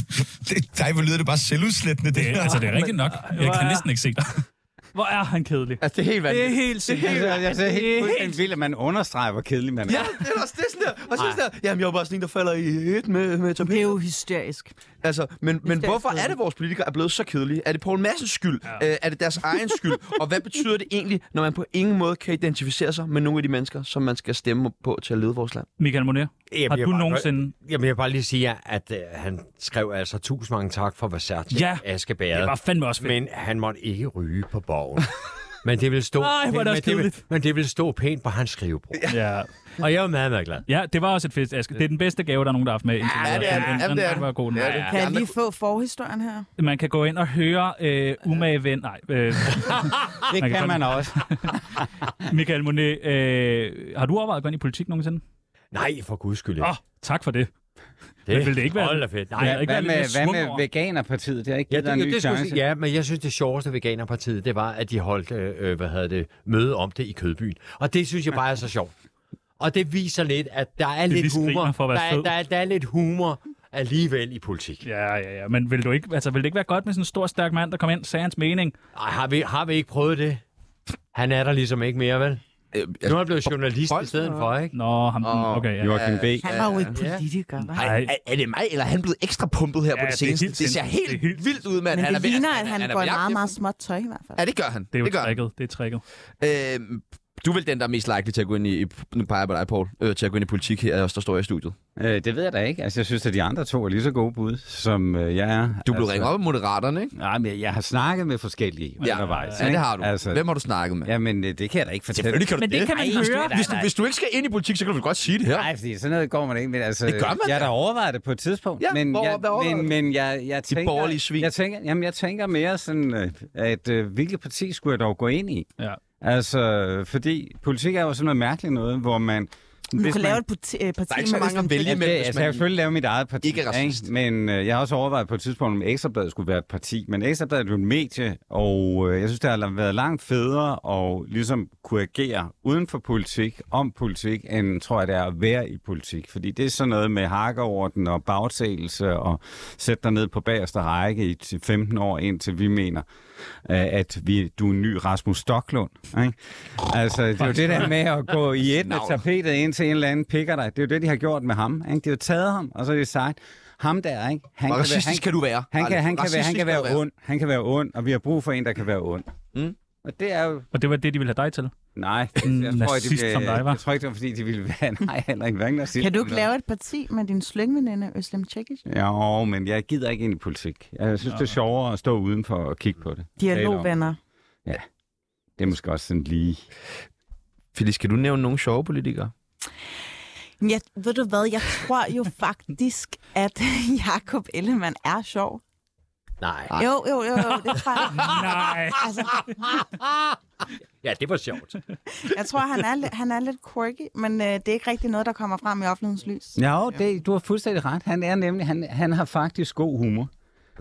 Det, dig, hvor lyder det bare selvudslættende, det her.
altså, det er rigtigt nok. Jeg kan næsten ikke se dig. Hvor er han kedelig.
Altså, det er helt
Det er
vanvittigt.
helt sikkert.
Altså, jeg ser
Det er
helt
helt-
fuldstændig vildt, at man understreger, hvor kedelig man er.
Ja, det er også det sådan der. Og så sådan der. Jamen, jeg er jo bare sådan en, der falder i et med, med
Det er
torpedo.
jo hysterisk.
Altså, men, men
skal
hvorfor
ikke
er det, vores politikere er blevet så kedelige? Er det Poul Massens skyld? Ja. Øh, er det deres egen skyld? Og hvad betyder det egentlig, når man på ingen måde kan identificere sig med nogle af de mennesker, som man skal stemme på til at lede vores land?
Michael Monet,
Jeg
har
bliver
du
bare-
nogensinde...
Jamen, jeg vil bare lige sige, at øh, han skrev altså tusind mange tak for Versace
Ja,
Askebæret.
Det var fandme også fedt.
Men han måtte ikke ryge på borgen. men det ville stå,
Ej, hvor er det
men,
også
det ville,
kedeligt.
men det ville stå pænt på hans skrivebord.
Ja.
Og jeg var meget, meget glad.
ja, det var også et fedt, Aske. Det er den bedste gave, der er nogen, der har haft med. indtil
Ja,
videre.
det er det.
Den- den-
Jamen, det er
den
det.
var god. Den
Det
var
er
god.
det.
Kan jeg lige få forhistorien her?
Man kan gå ind og høre øh, umage ven... Nej, øh,
Det
Man kan
kan man også.
Michael Monet, øh, har du overvejet at gå ind i politik nogensinde?
Nej, for guds skyld.
Åh, oh, tak for det. men ville det ikke være-
Hold da fedt. Nej,
Det
ja,
havde ikke været
Hvad
lidt
med,
mere
hvad
svung over?
med Veganerpartiet? Det har ikke
Ja,
givet dig en
det,
ny
det skulle, jeg
chance.
sige. ja, men jeg synes, det sjoveste ved Veganerpartiet, det var, at de holdt øh, øh, hvad hedder det, møde om det i Kødbyen. Og det synes jeg bare er så sjovt. Og det viser lidt, at der er
lige
lidt
skriner
humor.
for at
der,
være
er,
fed.
der, er, der er lidt humor alligevel i politik.
Ja, ja, ja. Men vil, du ikke, altså, vil det ikke være godt med sådan en stor, stærk mand, der kommer ind, sagde hans mening?
Ej, har, vi, har vi ikke prøvet det? Han er der ligesom ikke mere, vel?
Øh,
Nu er han blevet journalist i
Bolsen
stedet for, ikke?
Nå, ham,
Åh,
okay, ja.
Joachim B.
Han var jo ikke politiker, hva'?
Ej.
Ej, er, er det mig, eller er han blevet ekstra pumpet her ja, på
Ja,
det
det er
seneste? Det,
helt
det ser
sindssygt.
helt,
Det er helt-
vildt ud, mand.
Men
er
det
ved-
ligner, at han
er
går
ved
i
jagt
meget,
efter-
meget småt tøj i hvert fald.
Ja, det gør han.
Det er jo
det gør han.
tricket. Det er tricket.
Øh, du er vel den, der er mest likely til at gå ind i... Nu peger jeg på dig, Paul. Øh, til at gå ind i politik her, også der står jeg i studiet.
Øh, det ved jeg da ikke. Altså, jeg synes, at de andre to er lige så gode bud, som øh, jeg
Du
er.
blev
altså,
altså, ringet op af moderaterne, ikke?
Nej, men jeg har snakket med forskellige ja, undervejs.
ja,
ikke?
det har du. Altså, Hvem har du snakket med?
Jamen, øh, det kan jeg da ikke fortælle.
Selvfølgelig kan du
Men det kan man
Ej,
høre.
nej,
Hvis du,
nej.
hvis du ikke skal ind i politik, så kan du vel godt sige det her.
Nej, fordi sådan noget går man ikke med. Altså,
Det gør man
jeg har
da.
da overvejet det på et tidspunkt.
Ja,
men,
hvor-
jeg,
hvad overvejede
men,
du?
men jeg, jeg tænker...
borgerlige svin.
Jeg tænker, jamen, jeg tænker mere sådan, øh, at øh, hvilket parti skulle jeg dog gå ind i?
Ja.
Altså, fordi politik er jo sådan noget mærkeligt noget, hvor man...
Du
hvis
kan
man-
lave et parti, øh, parti
Der er ikke så
med
mange at
Østen
vælge
Brink.
imellem,
det,
hvis
altså, jeg
man...
kan selvfølgelig lave mit eget parti.
Ikke er racist.
Men øh, jeg har også overvejet på et tidspunkt, om Ekstrabladet skulle være et parti. Men Ekstrabladet er jo et medie, og øh, jeg synes, det har været langt federe at ligesom kunne agere uden for politik, om politik, end tror jeg, det er at være i politik. Fordi det er sådan noget med hakkeorden og bagtagelse og sætte dig ned på bagerste række i t- 15 år, indtil vi mener, øh, at vi, du er en ny Rasmus Stocklund. Ikke? Altså, det er jo det der med at gå i et med
Navn.
tapetet ind til en eller anden pikker dig. Det er jo det, de har gjort med ham. Ikke? De har taget ham, og så har de sagt, ham der, ikke? Han
Hvor racistisk kan du være?
Han kan,
Arne?
han, kan være, han
Racistisk
kan være ond. Han kan være ond, og vi har brug for en, der kan være ond.
Mm.
Og det er jo...
Og det var det, de ville have dig til.
Nej,
En
jeg tror, ikke,
nazist
det,
som dig,
bliver,
hva'?
jeg tror ikke, det var, fordi de ville være... Nej, heller ikke. Hverken nazist.
Kan du ikke lave et parti med din slyngveninde, Øslem Tjekic?
Jo, men jeg gider ikke ind i politik. Jeg synes, det er sjovere at stå udenfor og kigge på det.
Dialogvenner.
Det er måske også sådan lige...
Felix, kan du nævne nogle sjove politikere?
Men Jeg, ved du hvad, jeg tror jo faktisk, at Jakob Ellemann er sjov.
Nej.
Jo, jo, jo, jo det tror jeg.
Nej.
Altså,
Ja, det var sjovt.
jeg tror, han er, li- han er lidt quirky, men øh, det er ikke rigtig noget, der kommer frem i offentlighedens lys.
Ja, det, du har fuldstændig ret. Han er nemlig... Han, han har faktisk god humor.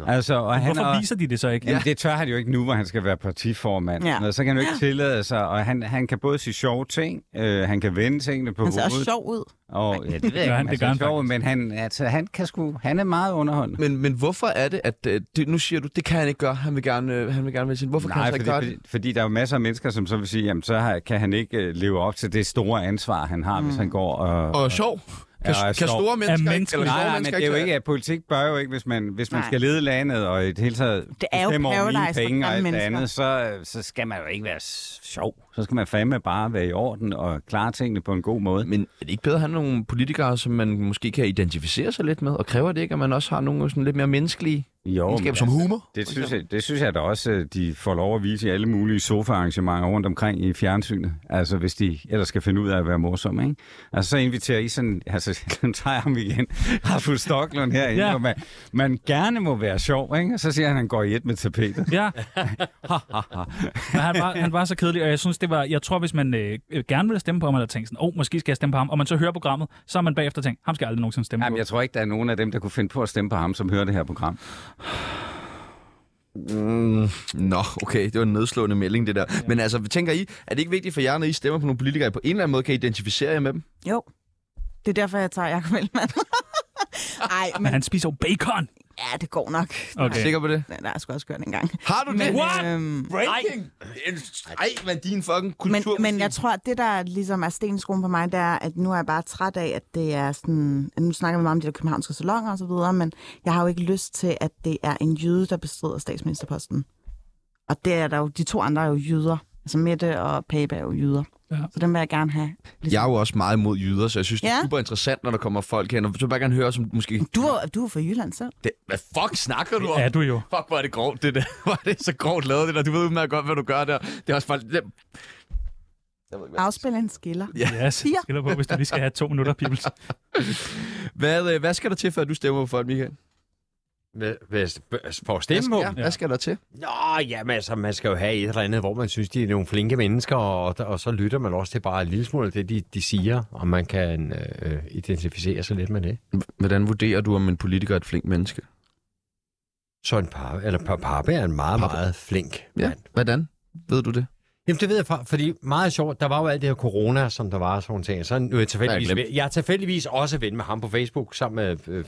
Altså, og han
Hvorfor
er,
viser de det så ikke?
Jamen, det tør han jo ikke nu, hvor han skal være partiformand.
Ja.
Ja. Så kan han jo ikke tillade sig, og han, han kan både sige sjove ting, øh, han kan vende tingene på
Han ser også
hovedet.
sjov ud.
Og, ja, det ved jeg
Gør
ikke,
han,
om
det
ser
gør han
sjov, ud, men han, altså, han, kan sgu, han er meget underholdende.
Men, men hvorfor er det, at øh, det, nu siger du, det kan han ikke gøre, han vil gerne, øh, han vil gerne vælge sin. Hvorfor kan han
Nej,
så
fordi,
ikke gøre
fordi, fordi der er jo masser af mennesker, som så vil sige, jamen så har, kan han ikke øh, leve op til det store ansvar, han har, mm. hvis han går og...
det? Og sjov. Kan,
Ja,
ja,
og
kan
sjov.
store mennesker ikke,
mennesker-
eller
Nej,
store
nej, men
mennesker
det er jo
tage-
ikke, at politik bør jo ikke, hvis man, hvis man
Nej.
skal lede landet, og i det hele taget
Det er jo
bestemme over mine
paradise for
penge og alt
grimme
det
mennesker.
andet, så, så skal man jo ikke være s- sjov. Så skal man fandme bare være i orden og klare tingene på en god måde.
Men er det ikke bedre at have nogle politikere, som man måske kan identificere sig lidt med? Og kræver det ikke, at man også har nogle sådan lidt mere menneskelige
Jo,
egenskaber
men
som humor?
Det synes, jeg, det synes jeg da også, at de får lov at vise i alle mulige sofaarrangementer rundt omkring i fjernsynet. Altså, hvis de ellers skal finde ud af at være morsomme, ikke? Altså, så inviterer I sådan... Altså, nu tager jeg ham igen. Har Stocklund herinde,
Ja.
ja. hvor man, man gerne må være sjov, ikke? Og så siger han, at han går i et med tapetet.
Ja, men han var, han var så kedelig, og jeg synes, det var, jeg tror, hvis man øh, gerne ville stemme på ham, eller tænkte sådan, åh, oh, måske skal jeg stemme på ham, og man så hører programmet, så er man bagefter tænkt, ham skal jeg aldrig nogensinde stemme
Jamen,
på.
jeg tror ikke, der er nogen af dem, der kunne finde på at stemme på ham, som hører det her program.
Mm, nå, okay, det var en nedslående melding, det der. Ja. Men altså, tænker I, er det ikke vigtigt for jer, når I stemmer på nogle politikere, at I på en eller anden måde kan identificere jer med dem?
Jo. Det er derfor, jeg tager Jacob Ellemann. Ej,
Men
men
han spiser jo bacon.
ja, det går nok.
Er du
Okay.
sikker på det?
Nej, nej, jeg skulle også gøre det engang.
Har du det?
Men, øhm,
Breaking! Ej, men din fucking
men,
kultur.
men jeg tror, at det, der ligesom er stenskroen for mig, det er, at nu er jeg bare træt af, at det er sådan... Nu snakker vi meget om de der københavnske salonger og så videre, men jeg har jo ikke lyst til, at det er en jøde, der bestrider statsministerposten. Og det er der jo... De to andre er jo jøder. Altså Mette og Pape er jo jøder.
Ja.
Ja. Så den vil jeg gerne have.
Jeg er jo også meget imod jyder, så jeg synes, det er
Ja.
super interessant, når der kommer folk hen. Og så vil jeg bare gerne høre, som måske...
Du er, du er fra Jylland selv.
Det, hvad fuck snakker du om?
Ja, du jo.
Fuck, hvor er det grovt, det der. Hvor er det så grovt lavet, det der. Du ved udmærket godt, hvad du gør der. Det er også bare... Det...
Afspil en skiller.
Yes,
Siger.
skiller på, hvis du lige skal have to minutter, Pibels.
Hvad, øh, hvad skal der til, før du stemmer på folk, Michael?
For at stemme på
ja,
dem.
hvad skal der til?
Nå, jamen altså, man skal jo have et eller andet, hvor man synes, de er nogle flinke mennesker, og, og så lytter man også til bare en lille smule af det, de, de siger, og man kan øh, øh, identificere sig lidt med det.
Hvordan vurderer du, om en politiker er et flink menneske?
Så en par, eller par, parbe er en meget,
Pape.
meget flink
Ja.
mand.
Hvordan ved du det?
Jamen, det ved jeg, fra, fordi meget sjovt, der var jo alt det her corona, som der var, og sådan nogle ting. Så nu er jeg tilfældigvis,
Jeg har glemt.
jeg er tilfældigvis også ven med ham på Facebook, sammen med øh,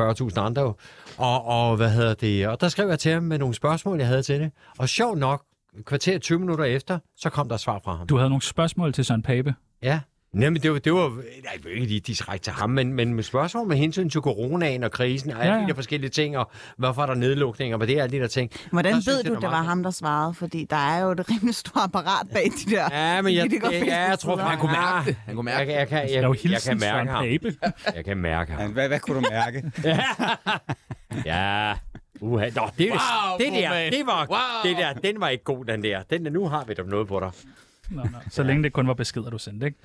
40.000 andre. jo. Og, og, hvad hedder det? Og der skrev jeg til ham med nogle spørgsmål, jeg havde til det. Og sjovt nok, kvarter 20 minutter efter, så kom der svar fra ham.
Du havde nogle spørgsmål til Søren Pape.
Ja. Jamen, det var, det var nej, det var ikke lige direkte til ham, men, men med spørgsmål med hensyn til coronaen og krisen og alle
Ja,
ja,
ja.
de der forskellige ting, og hvorfor er der nedlukninger, og det er alle de der ting.
Hvordan
Der synes
ved
jeg,
du,
det er
det var
meget-
ham, der svarede? Fordi der er jo et rimelig stort apparat bag de der...
Ja, men jeg,
politikere-
jeg, jeg, jeg tror,
Facebook-sider.
han kunne mærke det.
Han kunne mærke
Jeg, jeg, jeg, kan- jeg,
Der er jo
jeg, jeg
hilsen
kan
Søren
mærke ham.
Pape.
Jeg kan mærke ham.
Hvad, hvad kunne du mærke?
Ja. Uha. Nå, det, wow, det, der,
Roman.
det var,
Wow.
wow. det der, den var ikke god, den der. Den der, nu har vi dem noget på dig.
Nå, nå. Så længe det kun var beskeder, du sendte, ikke?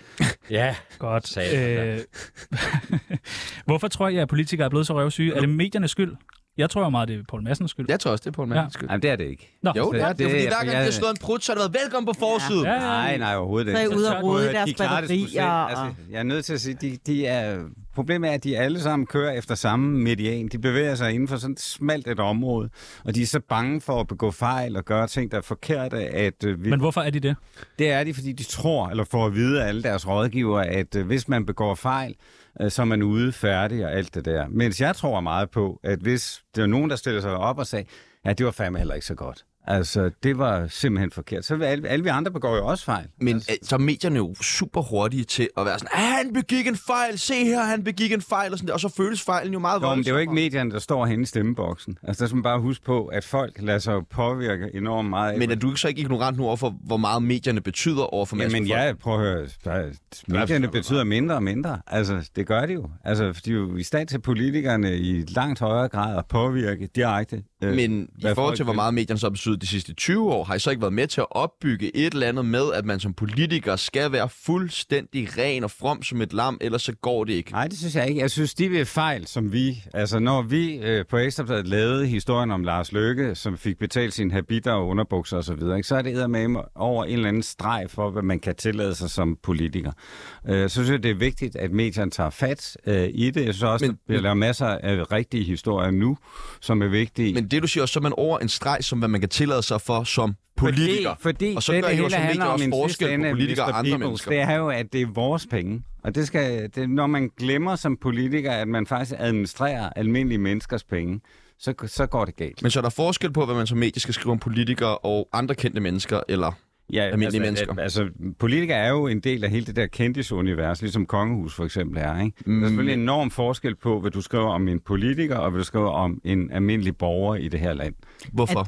Ja.
Godt.
Sagde jeg
Øh, Hvorfor tror jeg, at politikere er blevet så røvsyge? Er det mediernes skyld? Jeg tror jo meget, det er Poul Madsens skyld.
Jeg tror også, det er på en mand.
Ja.
skyld.
Jamen, det er det ikke.
Nå,
Jo, det er
det-
det. Er, fordi
jeg-
hver gang,
jeg-
det har slået en prut, så har det været velkommen på forsiden.
Ja, ja,
Nej,
ja.
nej, overhovedet
Så
ikke.
er I ude og rode i
Øh,
deres
de klarer det sgu selv.
batterier, og-
Altså, jeg er nødt til at sige, de, de er, problemet er, at de alle sammen kører efter samme median. De bevæger sig inden for sådan et smalt et område, og de er så bange for at begå fejl og gøre ting, der er forkerte. At, øh, vi,
Men hvorfor er de det?
det er de, fordi de tror, eller får at vide af alle deres rådgiver, at øh, hvis man begår fejl, øh, så er man ude færdig og alt det der. Mens jeg tror meget på, at hvis der er nogen, der stiller sig op og sagde, ja, det var fandme heller ikke så godt. Altså, det var simpelthen forkert. Så vil alle, alle vi andre begår jo også fejl.
Men øh, så er medierne jo super hurtige til at være sådan, "Ah, han begik en fejl, se her, han begik en fejl, og, sådan der. og så føles fejlen jo meget
Altså, Jo, men det er jo ikke
voldsommere.
medierne, der står henne i stemmeboksen. Altså, der skal man bare huske på, at folk lader sig jo påvirke enormt meget. af-
Men er du ikke så ikke ignorant nu over for, hvor meget medierne betyder over for
Jamen, jeg prøver at høre. bare- Medierne betyder mindre og mindre. Altså, det gør de jo. Altså, de er jo i stand til politikerne i langt højere grad at påvirke direkte. øh,
Men
hvad
i forhold til,
folk
hvor
vil.
meget medierne så har betydet de sidste 20 år, har I så ikke været med til at opbygge et eller andet med, at man som politiker skal være fuldstændig ren og from som et lam, ellers så går det ikke?
Nej, det synes jeg ikke. Jeg synes, de vil fejl, som vi... Altså, når vi øh, på Ekstrabladet lavede historien om Lars Løkke, som fik betalt sine habitter og underbukser osv., så, videre, ikke, så er det med over en eller anden streg for, hvad man kan tillade sig som politiker. Øh, så synes jeg, det er vigtigt, at medierne tager fat øh, i det. Jeg synes også,
Men-
men, der bliver masser af rigtige historier nu, som er vigtige.
Men det, du siger, så er man over en streg, som hvad man kan tillade sig for som politiker.
Fordi,
og så
fordi
gør I jo som medier også
en
forskel
sidste
på
ende,
politikere og
Mr.
andre
Peoples,
mennesker.
Det er jo, at det er vores penge. Og det skal, det, når man glemmer som politiker, at man faktisk administrerer almindelige menneskers penge, så, så går det galt.
Men så er der forskel på, hvad man som medie skal skrive om politikere og andre kendte mennesker, eller...
Ja,
almindelige
altså,
mennesker.
Altså, politikere er jo en del af hele det der kendtisunivers, ligesom kongehus for eksempel er. Ikke? Mm. Der er selvfølgelig en enorm forskel på, hvad du skriver om en politiker, og hvad du skriver om en almindelig borger i det her land.
Hvorfor?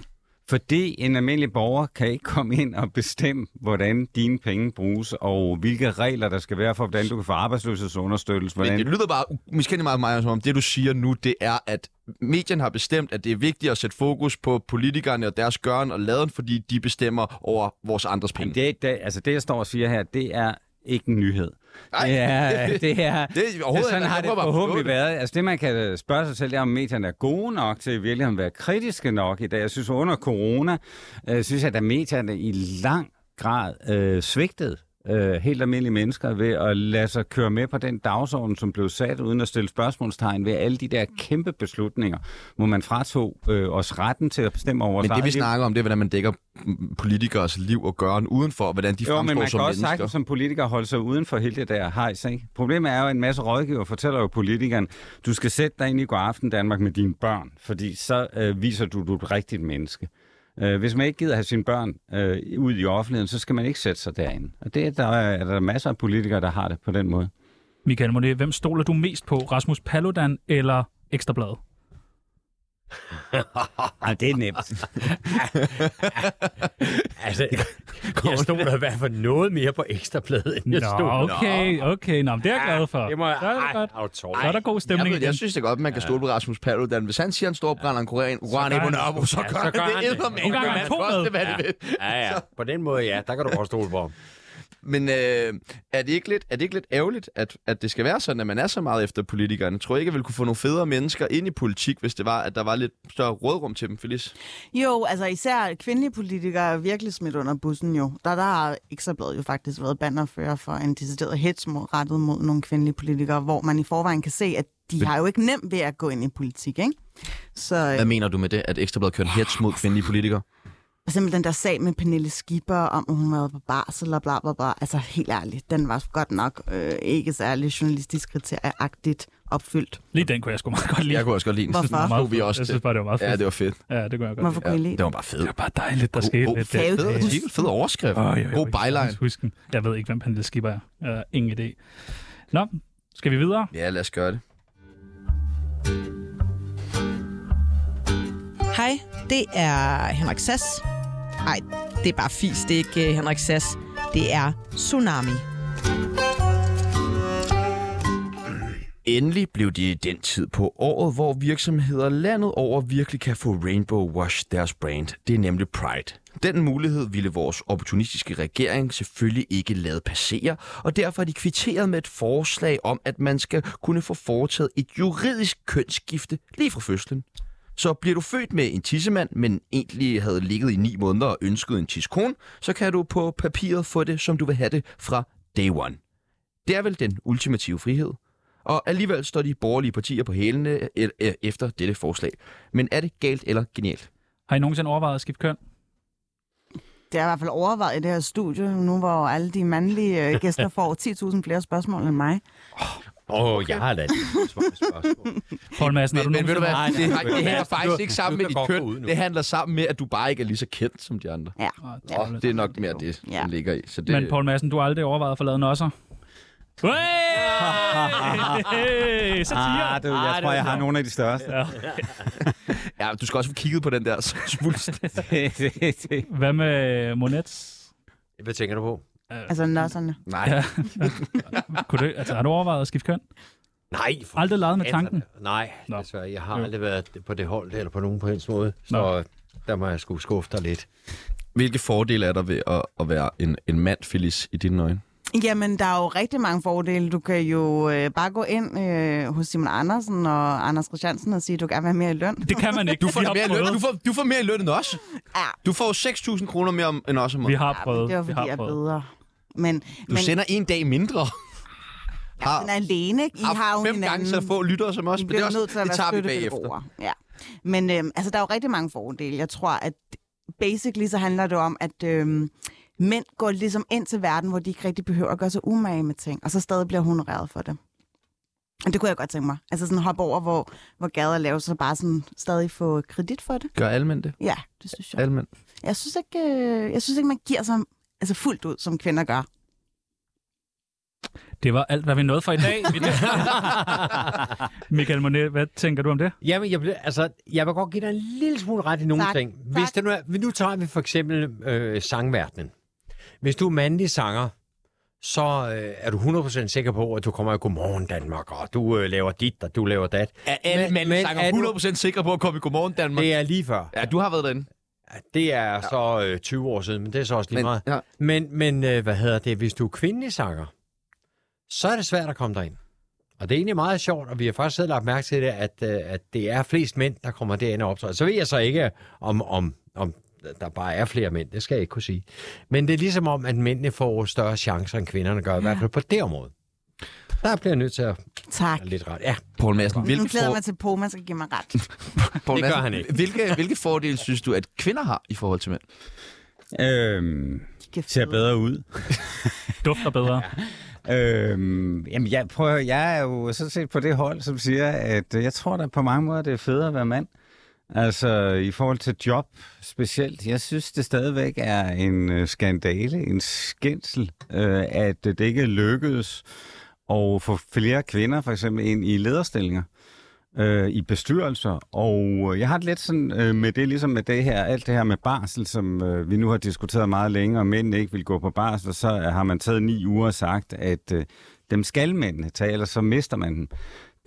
Fordi en almindelig borger kan ikke komme ind og bestemme, hvordan dine penge bruges, og hvilke regler der skal være for, hvordan du kan få arbejdsløshedsunderstøttelse.
Men det
Hvordan...
lyder bare miskendelig meget mig, som om det, du siger nu, det er, at medierne har bestemt, at det er vigtigt at sætte fokus på politikerne og deres gøren og laden, fordi de bestemmer over vores andres penge.
Jamen, det, er ikke det, altså det, jeg står og siger her, det er ikke en nyhed.
Nej,
det er, det er,
det er overhovedet
sådan
ikke.
har
Jeg
det
prøver bare at forstå
forhåbentlig
det.
været. Altså det, man kan spørge sig selv, det er, om medierne er gode nok til i virkeligheden at være kritiske nok i dag. Jeg synes, under corona, øh, synes jeg, at medierne i lang grad øh, svigtede øh, helt almindelige mennesker ved at lade sig køre med på den dagsorden, som blev sat, uden at stille spørgsmålstegn ved alle de der kæmpe beslutninger, hvor man fratog øh, os retten til at bestemme over vores
Men det, vi
eget liv.
snakker om, det er, hvordan man dækker mm, politikeres liv og gøren udenfor, og hvordan de
Jo,
fremstår
men man
som
kan også
mennesker.
sagtens som politiker holde sig uden for hele det der hejs, ikke? Problemet er jo, at en masse rådgiver fortæller jo politikeren, du skal sætte dig ind i går aften Danmark med dine børn, fordi så øh, viser du, du er et rigtigt menneske. Øh, hvis man ikke gider have sine børn øh, ud i offentligheden, så skal man ikke sætte sig derinde. Og det er der, er der masser af politikere, der har det på den måde.
Michael Monet, hvem stoler du mest på? Rasmus Paludan eller Ekstrabladet?
Ej, det er nemt.
Altså, jeg stod der i hvert fald noget mere på ekstrabladet, end jeg
Nå,
stod.
okay, okay. Nå, men det er jeg glad for.
Det må jeg...
Så er det
Ej,
godt.
au, Torben.
Så er der god
Jeg,
stemning
ved, jeg
igen.
synes det godt, man kan stole på Rasmus Paludan. Hvis han siger, han står og brænder en koran, koran
gør
i
han det.
nabo, så gør han
gør han
det
det.
eddermame.
Nogle gange
Man
er han
kan
to
også
med.
det, hvad det vil.
Ja, ja. På den måde, ja. Der kan du godt stole på ham.
Men øh, er, det ikke lidt, er det ikke lidt ærgerligt, at, at det skal være sådan, at man er så meget efter politikerne? Tror jeg ikke, at vi kunne få nogle federe mennesker ind i politik, hvis det var, at der var lidt større rådrum til dem, Felice?
Jo, altså især kvindelige politikere er virkelig smidt under bussen jo. Der, der har Ekstrabladet jo faktisk været bannerfører for en decideret hets mod, rettet mod nogle kvindelige politikere, hvor man i forvejen kan se, at de har jo ikke nemt ved at gå ind i politik, ikke? Så øh,
Hvad mener du med det, at Ekstrabladet kørte hets mod kvindelige politikere?
for eksempel den der sag med Pernille Skipper, om at hun var på barsel og bla bla bla, altså helt ærligt, den var godt nok øh, ikke særlig journalistisk kriterieagtigt opfyldt.
Lige den kunne jeg sgu meget godt lide.
Jeg kunne også godt lide den.
Hvorfor?
Den tog vi også
Jeg synes
til.
bare, det var meget
Ja,
fedt.
det var fedt.
Ja, det kunne jeg godt
Hvorfor
lide.
kunne I lide
Det var bare fedt.
Det var bare dejligt, der skete
god,
lidt.
fed,
der.
fed artikel, fed overskrift.
Åh, jeg
god
kan ikke
byline.
huske den. Jeg ved ikke, hvem Pernille Skipper er. Jeg har ingen idé. Nå, skal vi videre?
Ja, lad os gøre det.
Hej, det er Henrik Sass. Nej, det er bare fis, det er ikke øh, Henrik Sass. Det er Tsunami.
Endelig blev det den tid på året, hvor virksomheder landet over virkelig kan få Rainbow Wash deres brand. Det er nemlig Pride. Den mulighed ville vores opportunistiske regering selvfølgelig ikke lade passere, og derfor har de kvitteret med et forslag om, at man skal kunne få foretaget et juridisk kønsskifte lige fra fødslen. Så bliver du født med en tissemand, men egentlig havde ligget i ni måneder og ønsket en tissekone, så kan du på papiret få det, som du vil have det fra day one. Det er vel den ultimative frihed. Og alligevel står de borgerlige partier på hælene e- e- efter dette forslag. Men er det galt eller genialt?
Har I nogensinde overvejet at skifte køn?
Det er i hvert fald overvejet i det her studie, nu hvor alle de mandlige øh, gæster får 10.000 flere spørgsmål end mig.
Åh, oh, jeg har da et svar- spørgsmål.
Poul Madsen, har du
Men, men ved du
nogensinde...
hvad, det,
Nej, nej, nej.
det hænger faktisk
Nu-
ikke sammen
nu
med
kan
dit
godt
køn.
gå ud nu.
Det handler sammen med, at du bare ikke er lige så kendt, som de andre.
Ja.
Åh,
Ja, det er nok mere det,
Ja.
den ligger i. Så det,
Men Poul Madsen, du har aldrig overvejet at forlade Nosser? Hey! Satire!
Ah, det, jeg tror, jeg har nogle af de største.
ja, du skal også få kigget på den der svulst.
Hvad med Monets?
Hvad tænker du på?
Altså nøsserne.
Nej,
Ja. Kunne du, altså, har du overvejet at skifte køn?
Nej, for Altså,
Aldrig leget med tanken?
Nej,
Nå.
desværre. Jeg har
Jo.
aldrig været på det hold, eller på nogen på helst måde. Så
Nå.
der må jeg sgu skuffe dig lidt.
Hvilke fordele er der ved at, at være en, en mand, Felice, i dine øjne?
Jamen, der er jo rigtig mange fordele. Du kan jo øh, bare gå ind øh, hos Simon Andersen og Anders Christiansen og sige, at du gerne vil have mere i løn.
Det kan man ikke. Du vi har prøvet.
får, du får mere i løn end os.
Ja.
Du får 6.000 kroner mere om, end os om
Vi har
Ja, men
prøvet.
det var,
vi
fordi
har
jeg er
prøvet.
bedre. Men, men
en dag mindre. Har,
den er alene, ikke? I har jo
fem
hinanden.
gange så få lyttere som os.
I
Men det, er
bliver
også,
nødt til at
det
være
tager vi bagefter.
støttepædagoger. Ja. Men øhm, altså, der er jo rigtig mange fordele. Jeg tror, at basically så handler det om, at øhm, mænd går ligesom ind til verden, hvor de ikke rigtig behøver at gøre sig umage med ting, og så stadig bliver honoreret for det. Og det kunne jeg godt tænke mig. Altså sådan hoppe over, hvor, hvor gader laves, så bare sådan stadig få kredit for det.
Gør alle mænd det?
Ja, det synes jeg.
Alle mænd.
Jeg synes ikke, øh, jeg synes ikke man giver sig altså fuldt ud, som kvinder gør.
Det var alt, hvad vi nåede for i dag. Michael Monet, hvad tænker du om det?
Jamen, jeg, vil- altså, jeg vil godt give dig en lille smule ret i nogle
Tak,
ting. Hvis
tak.
det nu, er, nu tager vi for eksempel øh, sangverdenen. Hvis du er mandlig sanger, så øh, er du 100% sikker på, at du kommer i Godmorgen Danmark, og du øh, laver dit, og du laver dat.
Er alle
Men-
mænd
men
sanger
er du-
100% sikre på at komme i Godmorgen Danmark?
Det er lige før.
Ja, du har været derinde.
Det er så øh, 20 år siden, men det er så også lige
Men,
meget.
ja.
Men, men øh, hvad hedder det, hvis du er kvindelig sanger, så er det svært at komme derind. Og det er egentlig meget sjovt, og vi har faktisk selv lagt mærke til det, at, øh, at det er flest mænd, der kommer derind og optræder. Så ved jeg så ikke, om, om, om der bare er flere mænd, det skal jeg ikke kunne sige. Men det er ligesom om, at mændene får større chancer, end kvinderne gør, ja. i hvert fald på det område. Der bliver jeg nødt til at
Tak.
have lidt ret. Ja,
Poul Madsen,
Nu
hvilke,
glæder jeg
for...
mig til, at man skal give mig ret.
Poul
Det gør
Madsen,
han ikke.
Hvilke, hvilke fordele synes du, at kvinder har i forhold til mænd?
Øhm,
De er
ser
fede.
bedre ud.
Dufter bedre.
Øhm, jamen, jeg, prøver, jeg er jo sådan set på det hold, som siger, at øh, jeg tror da på mange måder, det er federe at være mand. Altså i forhold til job specielt, jeg synes det stadigvæk er en øh, skandale, en skændsel, øh, at det ikke lykkedes at få flere kvinder for eksempel ind i lederstillinger øh, i bestyrelser. Og øh, jeg har det lidt sådan øh, med det, ligesom med det her, alt det her med barsel, som øh, vi nu har diskuteret meget længe, og mænd ikke vil gå på barsel, og så øh, har man taget ni uger og sagt, at øh, dem skal mændene tage, ellers så mister man dem.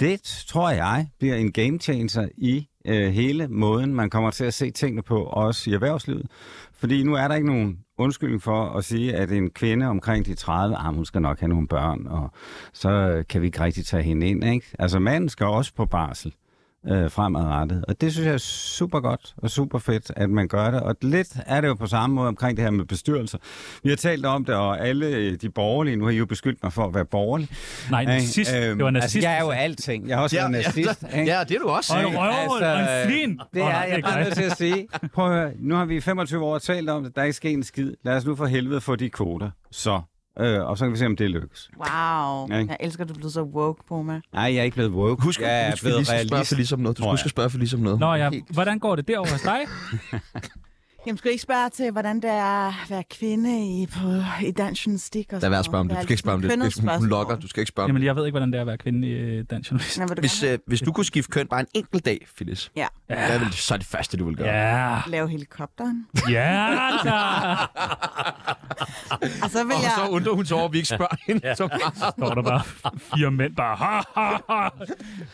Det tror jeg bliver en game changer i øh, hele måden, man kommer til at se tingene på, også i erhvervslivet. Fordi nu er der ikke nogen undskyldning for at sige, at en kvinde omkring de 30, ah, hun skal nok have nogle børn, og så øh, kan vi ikke rigtig tage hende ind. Ikke? Altså manden skal også på barsel øh, fremadrettet, og det synes jeg er super godt og super fedt, at man gør det. Og lidt er det jo på samme måde omkring det her med bestyrelser. Vi har talt om det, og alle øh, de borgerlige, nu har I jo beskyldt mig for at være borgerlig.
Nej,
Ikke?
nazist. Det var
altså,
nazist.
jeg er jo alting. Jeg har også været nazist.
ja,
ikke?
ja, det er du også.
Og en
Ikke?
røvhul og en svin.
Det
Åh,
er
nej, det er
jeg bare
dig.
nødt til at sige. Prøv at høre, nu har vi i 25 år talt om det, der er ikke sket en skid. Lad os nu for helvede få de kvoter. Så. Øh, og så kan vi se, om det lykkes.
Wow.
Ikke?
Jeg elsker, at du er blevet så woke på mig.
Nej, jeg er ikke blevet woke.
Husk,
jeg er
husk, vi lige skal spørge for ligesom noget. Du
tror
skal huske at spørge for ligesom noget.
Nå ja, hvordan går det derovre hos dig?
Jamen, skal du ikke spørge til, hvordan det er at være kvinde i, på, i Dungeon Stick? Og
Lad være at spørge om det. Du skal ikke spørge om det. Du skal ikke, hun lokker. Du skal ikke spørge om
Jamen,
det.
jeg ved ikke, hvordan det er at være kvinde i øh, dansk journalist.
Nå, vil du
Hvis,
gerne
øh, hvis du kunne skifte køn bare en enkelt dag, Phyllis,
Ja.
hvad ville, så er det første, du ville gøre?
Ja,
lave helikopteren?
ja, tak.
Og så vil
Og så
jeg...
undrer hun sig over, at vi ikke spørger hende så meget.
står der bare fire mænd bare, ha, ha, ha.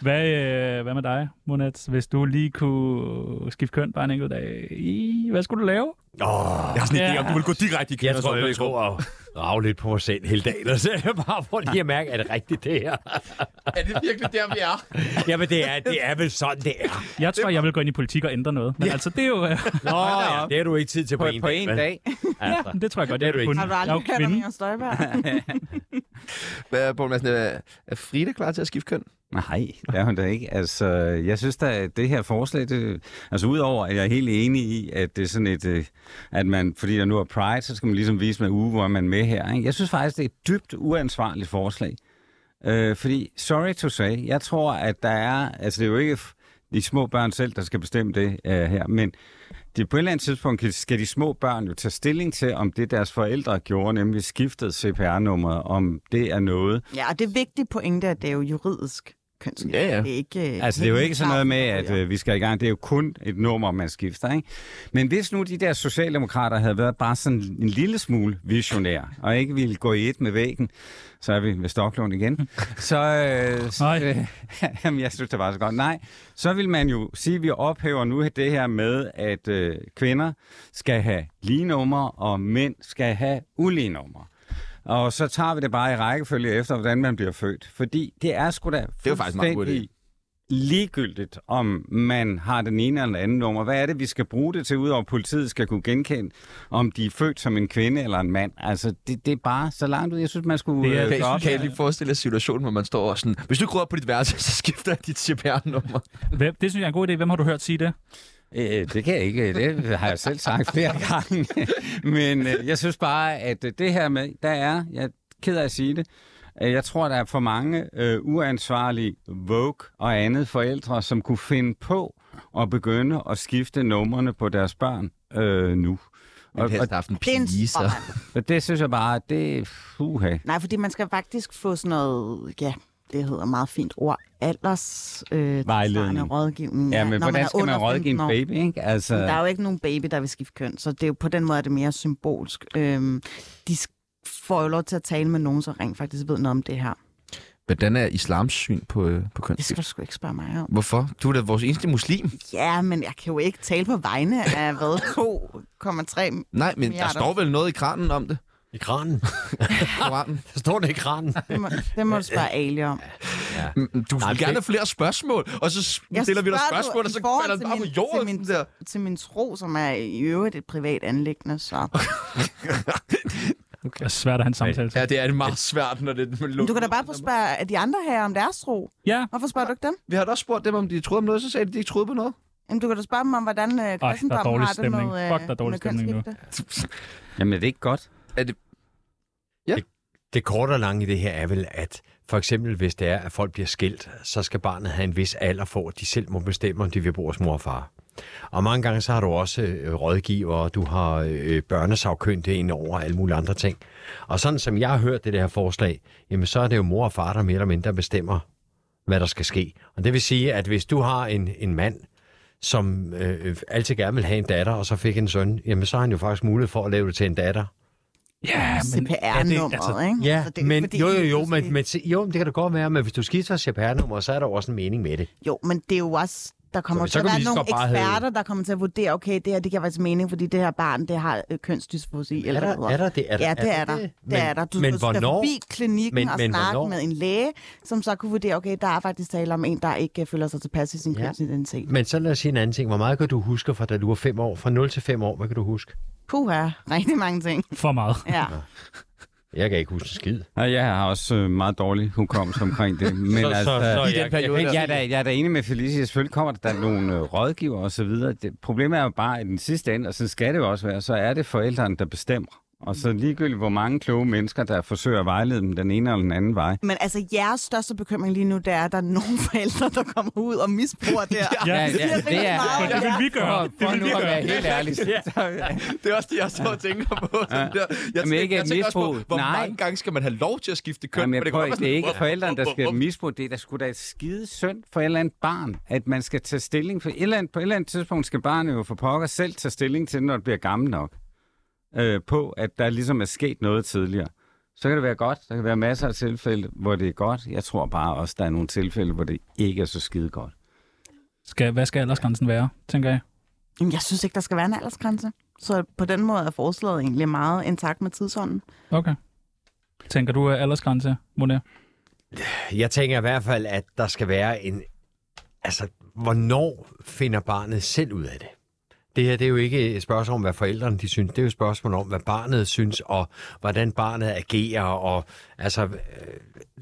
Hvad, øh, hvad med dig, Monats? Hvis du lige kunne skifte køn bare en enkelt dag, i, hvad skulle du lave?
Jeg har sådan en idé om, du vil gå direkte i
jeg
kvinders
tror, jeg
omklædningsrum.
vil gå og rave lidt på mig selv hele dagen, og så er jeg bare for lige at mærke, er det rigtigt det her?
Er det virkelig der, vi er?
Jamen, det er, det er vel sådan, det er.
Jeg tror, jeg vil gå ind i politik og ændre noget. Men ja. altså, det er jo... Øh,
Nå, ja, det har du ikke tid til på,
på,
en
på en
vel?
dag.
Altså.
det tror jeg godt,
Det er
jeg
du
vil kunne.
ikke.
Har du
Jeg er jo
aldrig hørt om
kvinde.
Inger Støjberg?
Hvad, Poul Madsen, er, er Frida klar til at skifte køn?
Nej, det er hun da ikke. Altså, jeg synes da, at det her forslag, det, altså udover, at jeg er helt enig i, at det er sådan et, øh, at man, fordi der nu er Pride, så skal man ligesom vise med uge, hvor er man med her. Ikke? Jeg synes faktisk, det er et dybt uansvarligt forslag. Øh, fordi, sorry to say, jeg tror, at der er, altså det er jo ikke f- de små børn selv, der skal bestemme det øh, her, men de, på et eller andet tidspunkt kan- skal de små børn jo tage stilling til, om det deres forældre gjorde, nemlig skiftede CPR-nummeret, om det er noget,
Ja, og det vigtige pointe er, at det er jo juridisk kønsskifte.
Ja, ja.
Det er ikke, øh,
Altså, det er jo ikke sådan noget med,
klart,
at
ja.
øh, vi skal i gang. Det er jo kun et nummer, man skifter, ikke? Men hvis nu de der socialdemokrater havde været bare sådan en lille smule visionære, og ikke ville gå i et med væggen, så er vi ved Stoklund igen, så... Øh, så
Nej.
øh, jamen, jeg synes, det var så godt. Nej, så vil man jo sige, at vi ophæver nu det her med, at øh, kvinder skal have lige numre, og mænd skal have ulige numre. Og så tager vi det bare i rækkefølge efter, hvordan man bliver født. Fordi det er sgu da det
er jo faktisk en meget god idé.
ligegyldigt, om man har den ene eller den anden nummer. Hvad er det, vi skal bruge det til, udover at politiet skal kunne genkende, om de er født som en kvinde eller en mand? Altså, det, det er bare så langt ud. Jeg synes, man skulle...
Det er-
øh,
Kan,
gå
I,
op-
kan I lige forestille jer situationen, hvor man står og sådan, hvis du ikke rører på dit værelse, så skifter jeg dit CPR-nummer.
Hvem, det synes jeg er en god idé. Hvem har du hørt sige det?
Øh, det kan jeg ikke. Det har jeg selv sagt flere gange. Men øh, jeg synes bare, at øh, det her med, der er, jeg er ked af at sige det, øh, jeg tror, der er for mange øh, uansvarlige Vogue og andet forældre, som kunne finde på at begynde at skifte numrene på deres børn øh, nu.
Og,
Og,
og, haft en pige, så.
og det synes jeg bare, det puha.
Nej, fordi man skal faktisk få sådan noget, ja, det hedder meget fint ord, alders øh,
Vejledning.
tilsvarende rådgivning.
Ja, men
når
hvordan
er
skal man
under
rådgive en
15 år.
baby, ikke? Altså,
Men Der er jo ikke nogen baby, der vil skifte køn, så det er jo på den måde er det mere symbolsk. Øhm, de sk- får jo lov til at tale med nogen, som rent faktisk ved noget om det her.
Hvordan er islams syn på, øh, på
Det skal
kønsskifte?
du sgu ikke spørge mig om.
Hvorfor? Du er da vores eneste muslim.
Ja, men jeg kan jo ikke tale på vegne af, hvad, 2,3...
Nej, men der
Milliarder.
står vel noget i kranen om det?
I kranen.
Koranen.
Der står det i kranen.
Det må, det må du spørge Ali om.
Mm, Du vil
men
gerne
det-
have flere spørgsmål, og så stiller vi dig
spørger
spørgsmål,
du
og så
i forhold
falder
til
den bare på
min-
jorden.
Til min,
sådan der.
til min tro, som er i øvrigt et privat anlæggende, så...
Det er svært at have en samtale.
Ja, det er det meget svært, når det er
Men Du kan da bare prøve at spørge de andre her om deres tro.
Ja,
Hvorfor spørger du ikke dem?
Vi har da også spurgt dem, om de troede om noget, så sagde de, at de ikke troede på noget.
Jamen, du kan da spørge dem om, hvordan øh, kristendommen
dårlig
har det
stemning.
med, øh,
Fuck, der er dårlig
med
stemning nu.
kønsskifte.
Jamen, er det ikke godt?
Det korte og lange i det her er vel, at for eksempel hvis det er, at folk bliver skilt, så skal barnet have en vis alder for, at de selv må bestemme, om de vil bo hos mor og far. Og mange gange så har du også øh, rådgiver, og du har øh, børnesagkyndige ind over og alle mulige andre ting. Og sådan som jeg har hørt det der forslag, jamen så er det jo mor og far, der mere eller mindre bestemmer, hvad der skal ske. Og det vil sige, at hvis du har en, en mand, som øh, altid gerne vil have en datter, og så fik en søn, jamen så har han jo faktisk mulighed for at lave det til en datter.
ja men
CPR-nummeret, altså, ikke?
Ja,
Så det er
det,
ikke
men
fordi,
jo, jo,
lige
jo, men,
pludselig-
men, se- jo, men det kan da godt være, men hvis du skifter CPR-nummer, så er der også en mening med det.
Jo, men det er jo også... Der kommer
Så- så
til at
kan vi
være
lige så
nogle
godt bare have-
eksperter, der kommer til at vurdere, okay, det her, det giver faktisk mening, fordi det her barn, det har øh, kønsdysfosi.
Er
Eller hvad
der, er
hedder.
der det? Er der,
ja, det er der. Det
Men,
er der. Du
men
skal
hvornår?
forbi klinikken
Men-
men, og
men
snakke
hvornår?
med en læge, som så kunne vurdere, okay, der er faktisk tale om en, der ikke øh, føler sig tilpas i sin
Ja.
ja. kønsidentitet.
Men så lad os sige en anden ting. Hvor meget kan du huske fra da du var fem år? Fra 0 til 5 år, hvad kan du huske?
Puha, rigtig mange ting.
for meget.
Ja.
Jeg kan ikke huske en skid.
Og jeg har også øh, meget dårlig hukommelse omkring det. Men så, altså, så, så,
I den periode
Men
der.
jeg er, da, jeg er da enig med Felicia. Selvfølgelig kommer der da nogle øh, rådgiver og så videre. Det, problemet er jo bare, at i den sidste ende, og så skal det jo også være, så er det forældrene, der bestemmer. Og så ligegyldigt, hvor mange kloge mennesker, der forsøger at vejlede dem den ene eller den anden vej.
Men altså, jeres største bekymring lige nu, det er, at der er nogle forældre, der kommer ud og misbruger det her.
Ja,
Ja,
det
ja,
er rigtig
det er...
meget.
Det vil vi gøre.
For, for
Det vil
nu
vi
at
gøre.
være helt ærlig.
Det er også det, jeg står og tænker på. Sådan der. Jeg tænker,
ikke
jeg
et
tænker også på,
misbrug.
hvor
Nej.
mange gange skal man have lov til at skifte køn?
Jamen, jeg
For
prøver, ikke, det er ikke
det kan godt være sådan,
forældrene, der skal misbruge det. Der skulle da et skide synd for et eller andet barn, at man skal tage stilling. For et eller andet, på et eller andet tidspunkt skal barnet jo for pokker selv tage stilling til, det, når det bliver gammel nok. Øh, på, at der ligesom er sket noget tidligere. Så kan det være godt. Der kan være masser af tilfælde, hvor det er godt. Jeg tror bare også, der er nogle tilfælde, hvor det ikke er så skide godt.
Skal, hvad skal aldersgrænsen være, tænker jeg?
Jamen, jeg synes ikke, der skal være en aldersgrænse. Så på den måde er forslaget egentlig meget intakt med tidsånden.
Okay. Tænker du øh, aldersgrænse, Monet?
Jeg tænker i hvert fald, at der skal være en... Altså, hvornår finder barnet selv ud af det? Det her det er jo ikke et spørgsmål om, hvad forældrene de synes. Det er jo et spørgsmål om, hvad barnet synes, og hvordan barnet agerer. Og, altså, øh,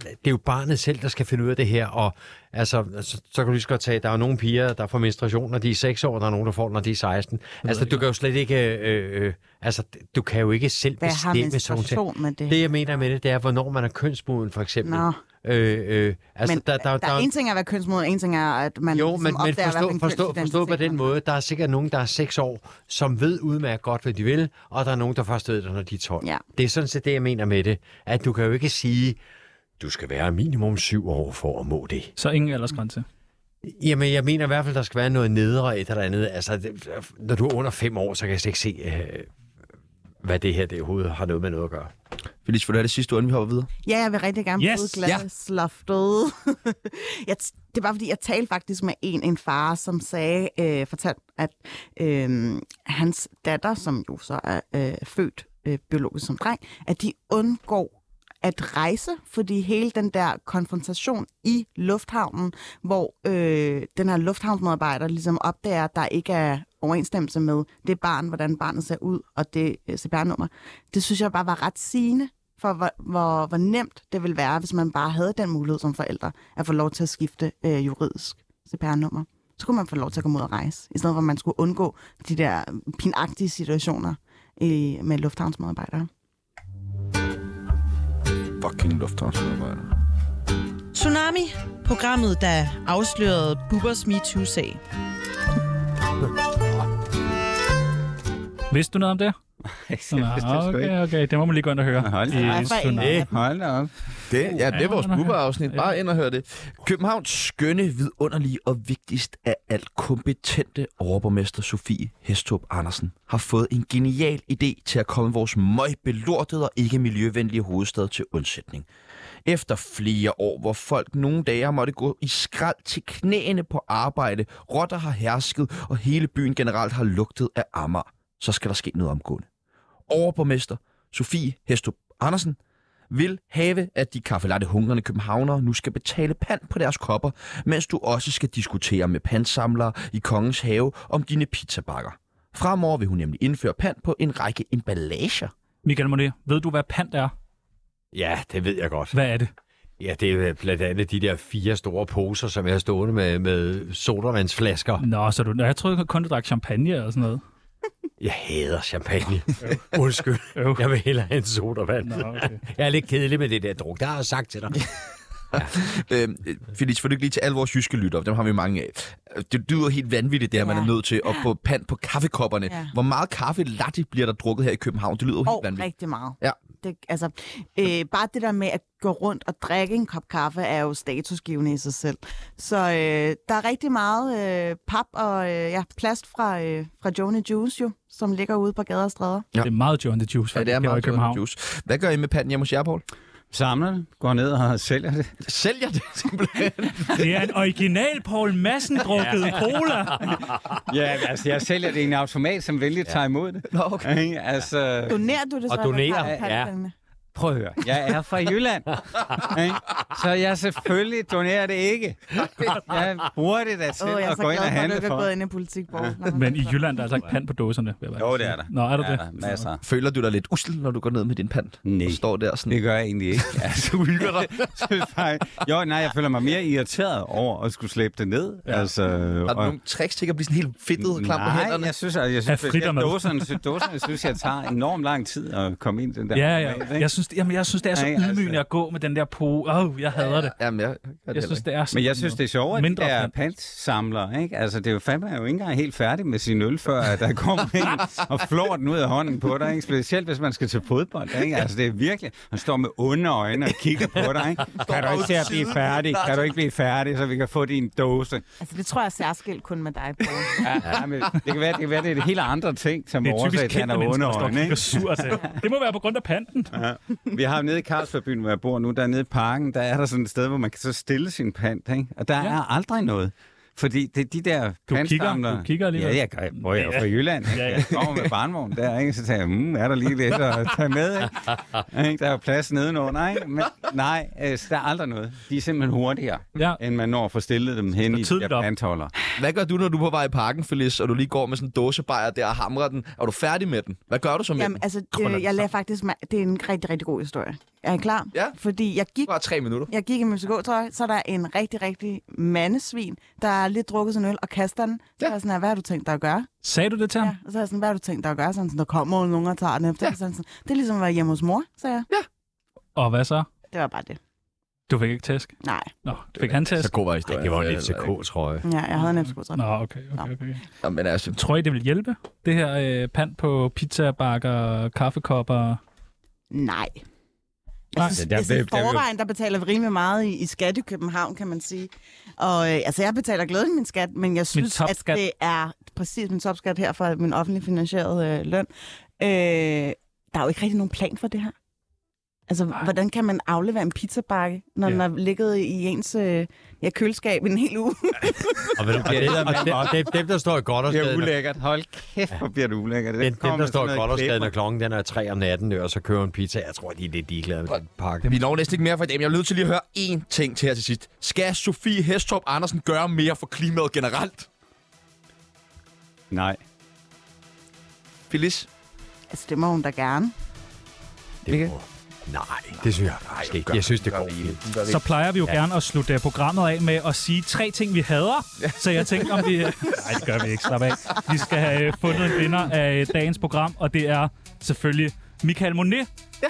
det er jo barnet selv, der skal finde ud af det her. Og altså, så, så kan du lige så godt tage, der er jo nogle piger, der får menstruation, når de er 6 år, og der er nogen, der får den, når de er 16. Altså, du kan jo slet ikke... Øh, øh, altså, du kan jo ikke selv
Hvad har
bestemme sådan nogle ting.
menstruation med det?
Det, jeg mener med det, det er, hvornår man er kønsmoden, for eksempel.
Nå.
Øh, øh, altså,
men der, der, der, er en ting at være kønsmoden, en ting er, at man
jo,
ligesom
men, men
opdager, hvad for
forstå,
en
forstå,
kønsidentitet
forstå på den
man-
måde, der er sikkert nogen, der er 6 år, som ved udmærket godt, hvad de vil, og der er nogen, der først ved det, når de er 12.
Ja.
Det er sådan set det, jeg mener med det, at du kan jo ikke sige, du skal være minimum 7 år for at må det.
Så ingen aldersgrænse.
Jamen, jeg mener i hvert fald, der skal være noget nedre et eller andet. Altså, det, når du er under 5 år, så kan jeg slet ikke se, øh, hvad det her det overhovedet har noget med noget at gøre.
Felice, vil du have det sidste ord, inden vi hopper videre?
Ja, jeg vil rigtig gerne
Yes,
yes, blive glasloftet. jeg t- det er bare fordi, jeg talte faktisk med en, en far, som sagde, øh, fortalte, at øh, hans datter, som jo så er øh, født øh, biologisk som dreng, at de undgår at rejse, fordi hele den der konfrontation i lufthavnen, hvor øh, den her lufthavnsmedarbejder ligesom opdager, at der ikke er overensstemmelse med det barn, hvordan barnet ser ud, og det øh, CPR-nummer, det synes jeg bare var ret sigende for, hvor, hvor, hvor nemt det ville være, hvis man bare havde den mulighed som forældre, at få lov til at skifte øh, juridisk CPR-nummer. Så kunne man få lov til at komme ud og rejse, i stedet for at man skulle undgå de der pinagtige situationer øh, med lufthavnsmedarbejdere.
Fucking lufthavnsmedarbejder.
Tsunami, programmet, der afslørede Bubbers MeToo-sag.
Vidste du noget om det?
vidste jeg
Nå,
sgu ikke.
okay, okay. Det må man lige gå ind og høre.
Hold da
I
op.
Tsunami.
Ja.
Hold da op.
Det, ja, det er vores
Ja,
Bubber-afsnit.
ja.
Bare ind og hør det. Københavns skønne, vidunderlige og vigtigst af alt kompetente overborgmester Sofie Hestrup Andersen har fået en genial idé til at komme vores møgbelortede og ikke miljøvenlige hovedstad til undsætning. Efter flere år, hvor folk nogle dage har måtte gå i skrald til knæene på arbejde, rotter har hersket, og hele byen generelt har lugtet af ammer, så skal der ske noget omgående. Overborgmester Sofie Hestrup Andersen, vil have, at de kaffelatte hungrende københavnere nu skal betale pand på deres kopper, mens du også skal diskutere med pandsamlere i Kongens Have om dine pizzabakker. Fremover vil hun nemlig indføre pand på en række emballager.
Michael Monet, ved du, hvad pant er?
Ja, det ved jeg godt.
Hvad er det?
Ja, det er blandt andet de der fire store poser, som jeg har stående med, med sodavandsflasker.
Nå, så du... Nå, Jeg troede kun, du drak champagne eller sådan noget.
Jeg hader champagne. Undskyld.
Øv.
Jeg vil hellere have en sodavand.
Nå, okay.
Jeg er lidt kedelig med det der druk. Det har jeg sagt til dig.
Øh, Felix, for du ikke lige til alle vores jyske lytter, dem har vi mange af. Det lyder helt vanvittigt, det her, ja. man er
Ja.
nødt til at få pand på kaffekopperne. Ja.
Ja.
Hvor meget kaffe latte bliver der drukket her i København? Det lyder jo helt
Og
vanvittigt.
rigtig meget.
Ja.
Det, altså, øh, bare det der med at gå rundt og drikke en kop kaffe, er jo statusgivende i sig selv. Så øh, der er rigtig meget øh, pap og øh, ja, plast fra, øh, fra Joni Juice, jo, som ligger ude på gader og stræder.
Ja.
Det er meget John the Juice,
Ja,
faktisk,
det er
her i
meget
København.
København. Juice. Hvad gør I med panden hjemme hos jer, Poul?
Samler det, går ned og sælger det.
Sælger det simpelthen?
Det er en original Paul Madsen drukket cola.
Ja, altså, jeg sælger det i en automat, som vælger tager imod det.
Nå, okay.
Ikke? Altså,
Donerer du det så?
Og
eller
donerer,
har du
ja.
pantpengene?
prøv at høre. Jeg er fra Jylland. Ikke? Så jeg selvfølgelig donerer det ikke. Jeg bruger det da til
Åh, jeg er
at
så glad
gå ind
for,
og
at du
handle
ikke er
for.
gået ind i politik, Borg. Nå,
Men i Jylland, der er altså ikke pand på dåserne. vil jeg bare
Jo, det
sige.
er der.
Nå, er der
Ja,
det?
masser.
Føler du dig lidt usel, når du går ned med din pand?
Nej.
Og står der sådan.
Det gør jeg egentlig ikke. Altså, du hygger dig. jo, nej, jeg føler mig mere irriteret over at skulle slæbe det ned. Ja. Altså,
Har du
og-
nogle tricks til ikke at blive sådan helt fedtet og klam på
Nej,
hænderne?
jeg synes, at jeg
Have
synes, at
frittermad.
dåserne, sy- dåserne synes, jeg tager enormt lang tid at komme ind i den der.
Ja,
automat,
ja.
ikke?
Jeg synes, det, jamen, jeg synes, det er så
Nej, altså.
ydmygende at gå med den der på. Åh, oh, jeg hader det.
Jamen, jeg, jeg, jeg,
Jeg synes, det er så
Men jeg synes, det er sjovt, at
Mindre
de der
pant.
pantsamler, ikke? Altså, det er jo fandme er jo ikke engang helt færdig med sin øl, før at der kommer en og flår den ud af hånden på dig, ikke? Specielt, hvis man skal til fodbold, ikke? Altså, det er virkelig... Han står med onde øjne og kigger på dig, ikke? Kan du ikke se at blive færdig? Kan du ikke blive færdig, så vi kan få din dåse?
Altså, det tror jeg er særskilt kun med dig, Borg.
Ja, men det kan være, det, kan være, det er helt andre ting, som
det er
årsag,
typisk
at han
kendte
er onde
mennesker, der står og
øjne,
kigger sur
ikke?
til. Det må være på grund af panten.
Vi har jo nede i Karlsbergbyen, hvor jeg bor nu, der nede i parken, der er der sådan et sted, hvor man kan så stille sin pant, ikke? og der ja. er aldrig noget. Fordi det er de der
Du kigger-
pantsamlere-
du kigger alligevel.
Ja, jeg gør. Hvor jeg er fra Jylland.
Ja,
Ja,
ja.
ja. Jeg kommer med barnvogn der, ikke? så tænker jeg, mm, er der lige lidt at tage med? Ikke? Ikke? Der er jo plads nedenunder, ikke? Men nej, øh, så der er aldrig noget. De er simpelthen hurtigere,
Ja.
ja. end man når at få stillet dem hen i de
tidligt op.
der pantholder.
Hvad gør du, når du er på vej i parken, Felice, og du lige går med sådan en dåsebajer der og hamrer den? Er du færdig med den? Hvad gør du så med
Jamen,
den?
altså,
Krøller
øh,
den
jeg lagde
sammen.
faktisk... mær- Det er en rigtig, rigtig god historie. Er I klar?
Ja.
Fordi jeg gik
Bare tre minutter.
Jeg gik i min psykologtøj, så er der en rigtig, rigtig mandesvin, der er lidt drukket sin øl og kaster den. Så
Ja.
ja. er jeg sådan her, hvad har du tænkt dig at gøre?
Sagde du det til ham?
Ja. Og så er jeg sådan, hvad har du tænkt dig at gøre? Så er han sådan, der kommer jo nogen og tager den efter.
Ja.
Ja. Sådan, sådan, det er ligesom at være hjemme hos mor, sagde jeg.
Og hvad så?
Det var bare det.
Du fik ikke tæsk?
Nej,
Nå, fik han tæsk?
Så god var
Ej,
historien.
det var en
altså, heller ikke.
FCK-trøje.
ja, jeg havde en FCK-trøj.
Nå, okay, okay, okay.
Nå, men altså,
Tror I, det vil hjælpe? Det her øh, pand på pizzabakker, kaffekopper...
Nej.
Nej.
Jeg synes,
Ja,
ja,
der-
altså,
der-
i
der-
forvejen, der betaler vi rimelig meget i, i skat i København, kan man sige. Og øh, altså, jeg betaler glæden min skat, men jeg synes, at
topskat.
det er præcis min topskat her fra min offentlig finansierede øh, løn. Øh, der er jo ikke rigtig nogen plan for det her. Altså, Ej. hvordan kan man aflevere en pizzabakke, når
Ja.
den har ligget i ens øh, ja, køleskab en hel uge?
Og, ved du, og, det, og, dem, og dem, dem, der står i godt og
Det er ulækkert. Hold kæft, hvor bliver det ulækkert. Det
Men
kommer
dem, der
med
står
sådan
i
noget
Goddersgade,
klæber.
når klokken den er 3 om natten, og så kører en pizza, jeg tror, de er lidt ligeglade med den pakke.
vi når næsten ikke mere for i dag, men jeg er nødt til lige at høre én ting til her til sidst. Skal Sofie Hestrup Andersen gøre mere for klimaet generelt?
Nej.
Felice?
altså, det må hun da gerne.
Det må- Nej, det synes jeg faktisk ikke. Jeg synes, det går fint.
Så plejer vi jo ja. gerne at slutte øh, programmet af med at sige tre ting, vi hader. Så jeg tænkte, om vi... Nej, det gør vi ikke. Slap af. Vi skal have øh, fundet en vinder af øh, dagens program, og det er selvfølgelig Michael Monet. Ja.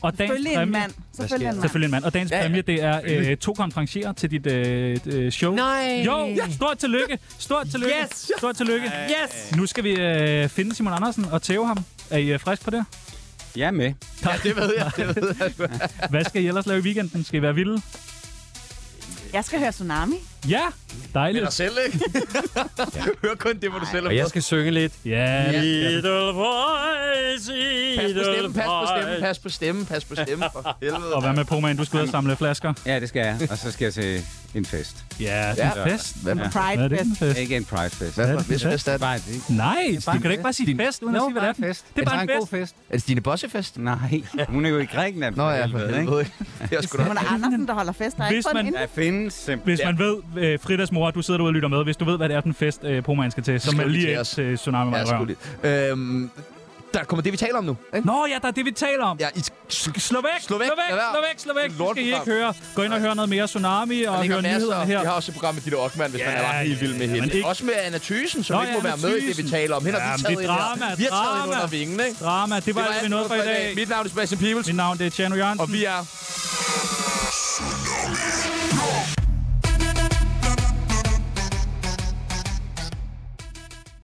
Og dagens
Selvfølgelig en
præmie,
mand. Selvfølgelig en mand.
Selvfølgelig en mand. Og dagens ja, ja. præmie, det er øh, to konferencierer til dit øh, øh, show.
Nej.
Jo, ja. stort tillykke. Stort tillykke. Yes. Stort tillykke. Yes. Nu skal vi øh, finde Simon Andersen og tæve ham. Er I øh, frisk på det?
Jeg er med.
Ja, det ved jeg. Det ved jeg.
Hvad skal I ellers lave i weekenden? Skal I være vilde?
Jeg skal høre Tsunami.
Ja, dejligt.
Dig selv, ikke? Hør kun det, hvor du selv er
Og jeg skal synge lidt.
Ja, yeah.
Little voice in
pas på stemmen, pas på stemmen, pas på stemmen, pas på stemmen, for helvede.
Og hvad med Poma, du skulle ud og samle flasker?
Ja, det skal jeg. Og så skal jeg til en fest.
Ja, det er en fest.
Hvad for,
Hvad er det
Pride
for en fest?
Ikke en pride fest.
hvad for, hvis fest er det?
Nej, det er ikke.
Nej,
bare
du kan da
en
ikke bare sige fest, uden at sige, hvad det er. for en- Det er bare en
en god
fest.
fest.
Er det Stine Bosse-fest?
Nej, hun er jo i Grækenland.
Nå
for
ja, for
helvede, ikke?
helvede. Det er sgu da
Hun er Andersen, der holder fest. Der er
Hvis
ikke kun
man-
en
Der findes simpelthen.
Hvis man ved, øh, Fridas mor, du sidder derude og lytter med, hvis du ved, hvad det er, den fest, øh, Pomaen skal til, så
Skriv
må
lige
lige
til
ind
os.
til Tsunami
Ja,
med
sgu lidt. altså, Øhm, der kommer det, vi taler om nu. Ikke?
Nå ja, der er det, vi taler om.
Ja, I sk- sk-
Slå væk, slå væk, slå væk, slå væk, slå væk.
Det er et
Det skal I ikke
lortprogram.
høre. Gå ind og hør noget mere Tsunami og hør nyhederne her.
Vi har også et program med Ditte Ockmann, hvis
Ja,
man er ret helt vild med
ja, men
hende.
ikke-
Også med Anna Thysen, som
Nå,
ikke må
ja,
være
Anna
med i det, vi
Thysen.
taler om. Hende
Ja,
har vi
men
taget
det
ind
er
her.
drama,
Vi har taget hende
drama.
under vingen, ikke?
Drama, det var alt, vi nåede for i dag.
Mit navn er Sebastian Pibels,
Mit navn det er Tjerno Jørgensen.
og vi er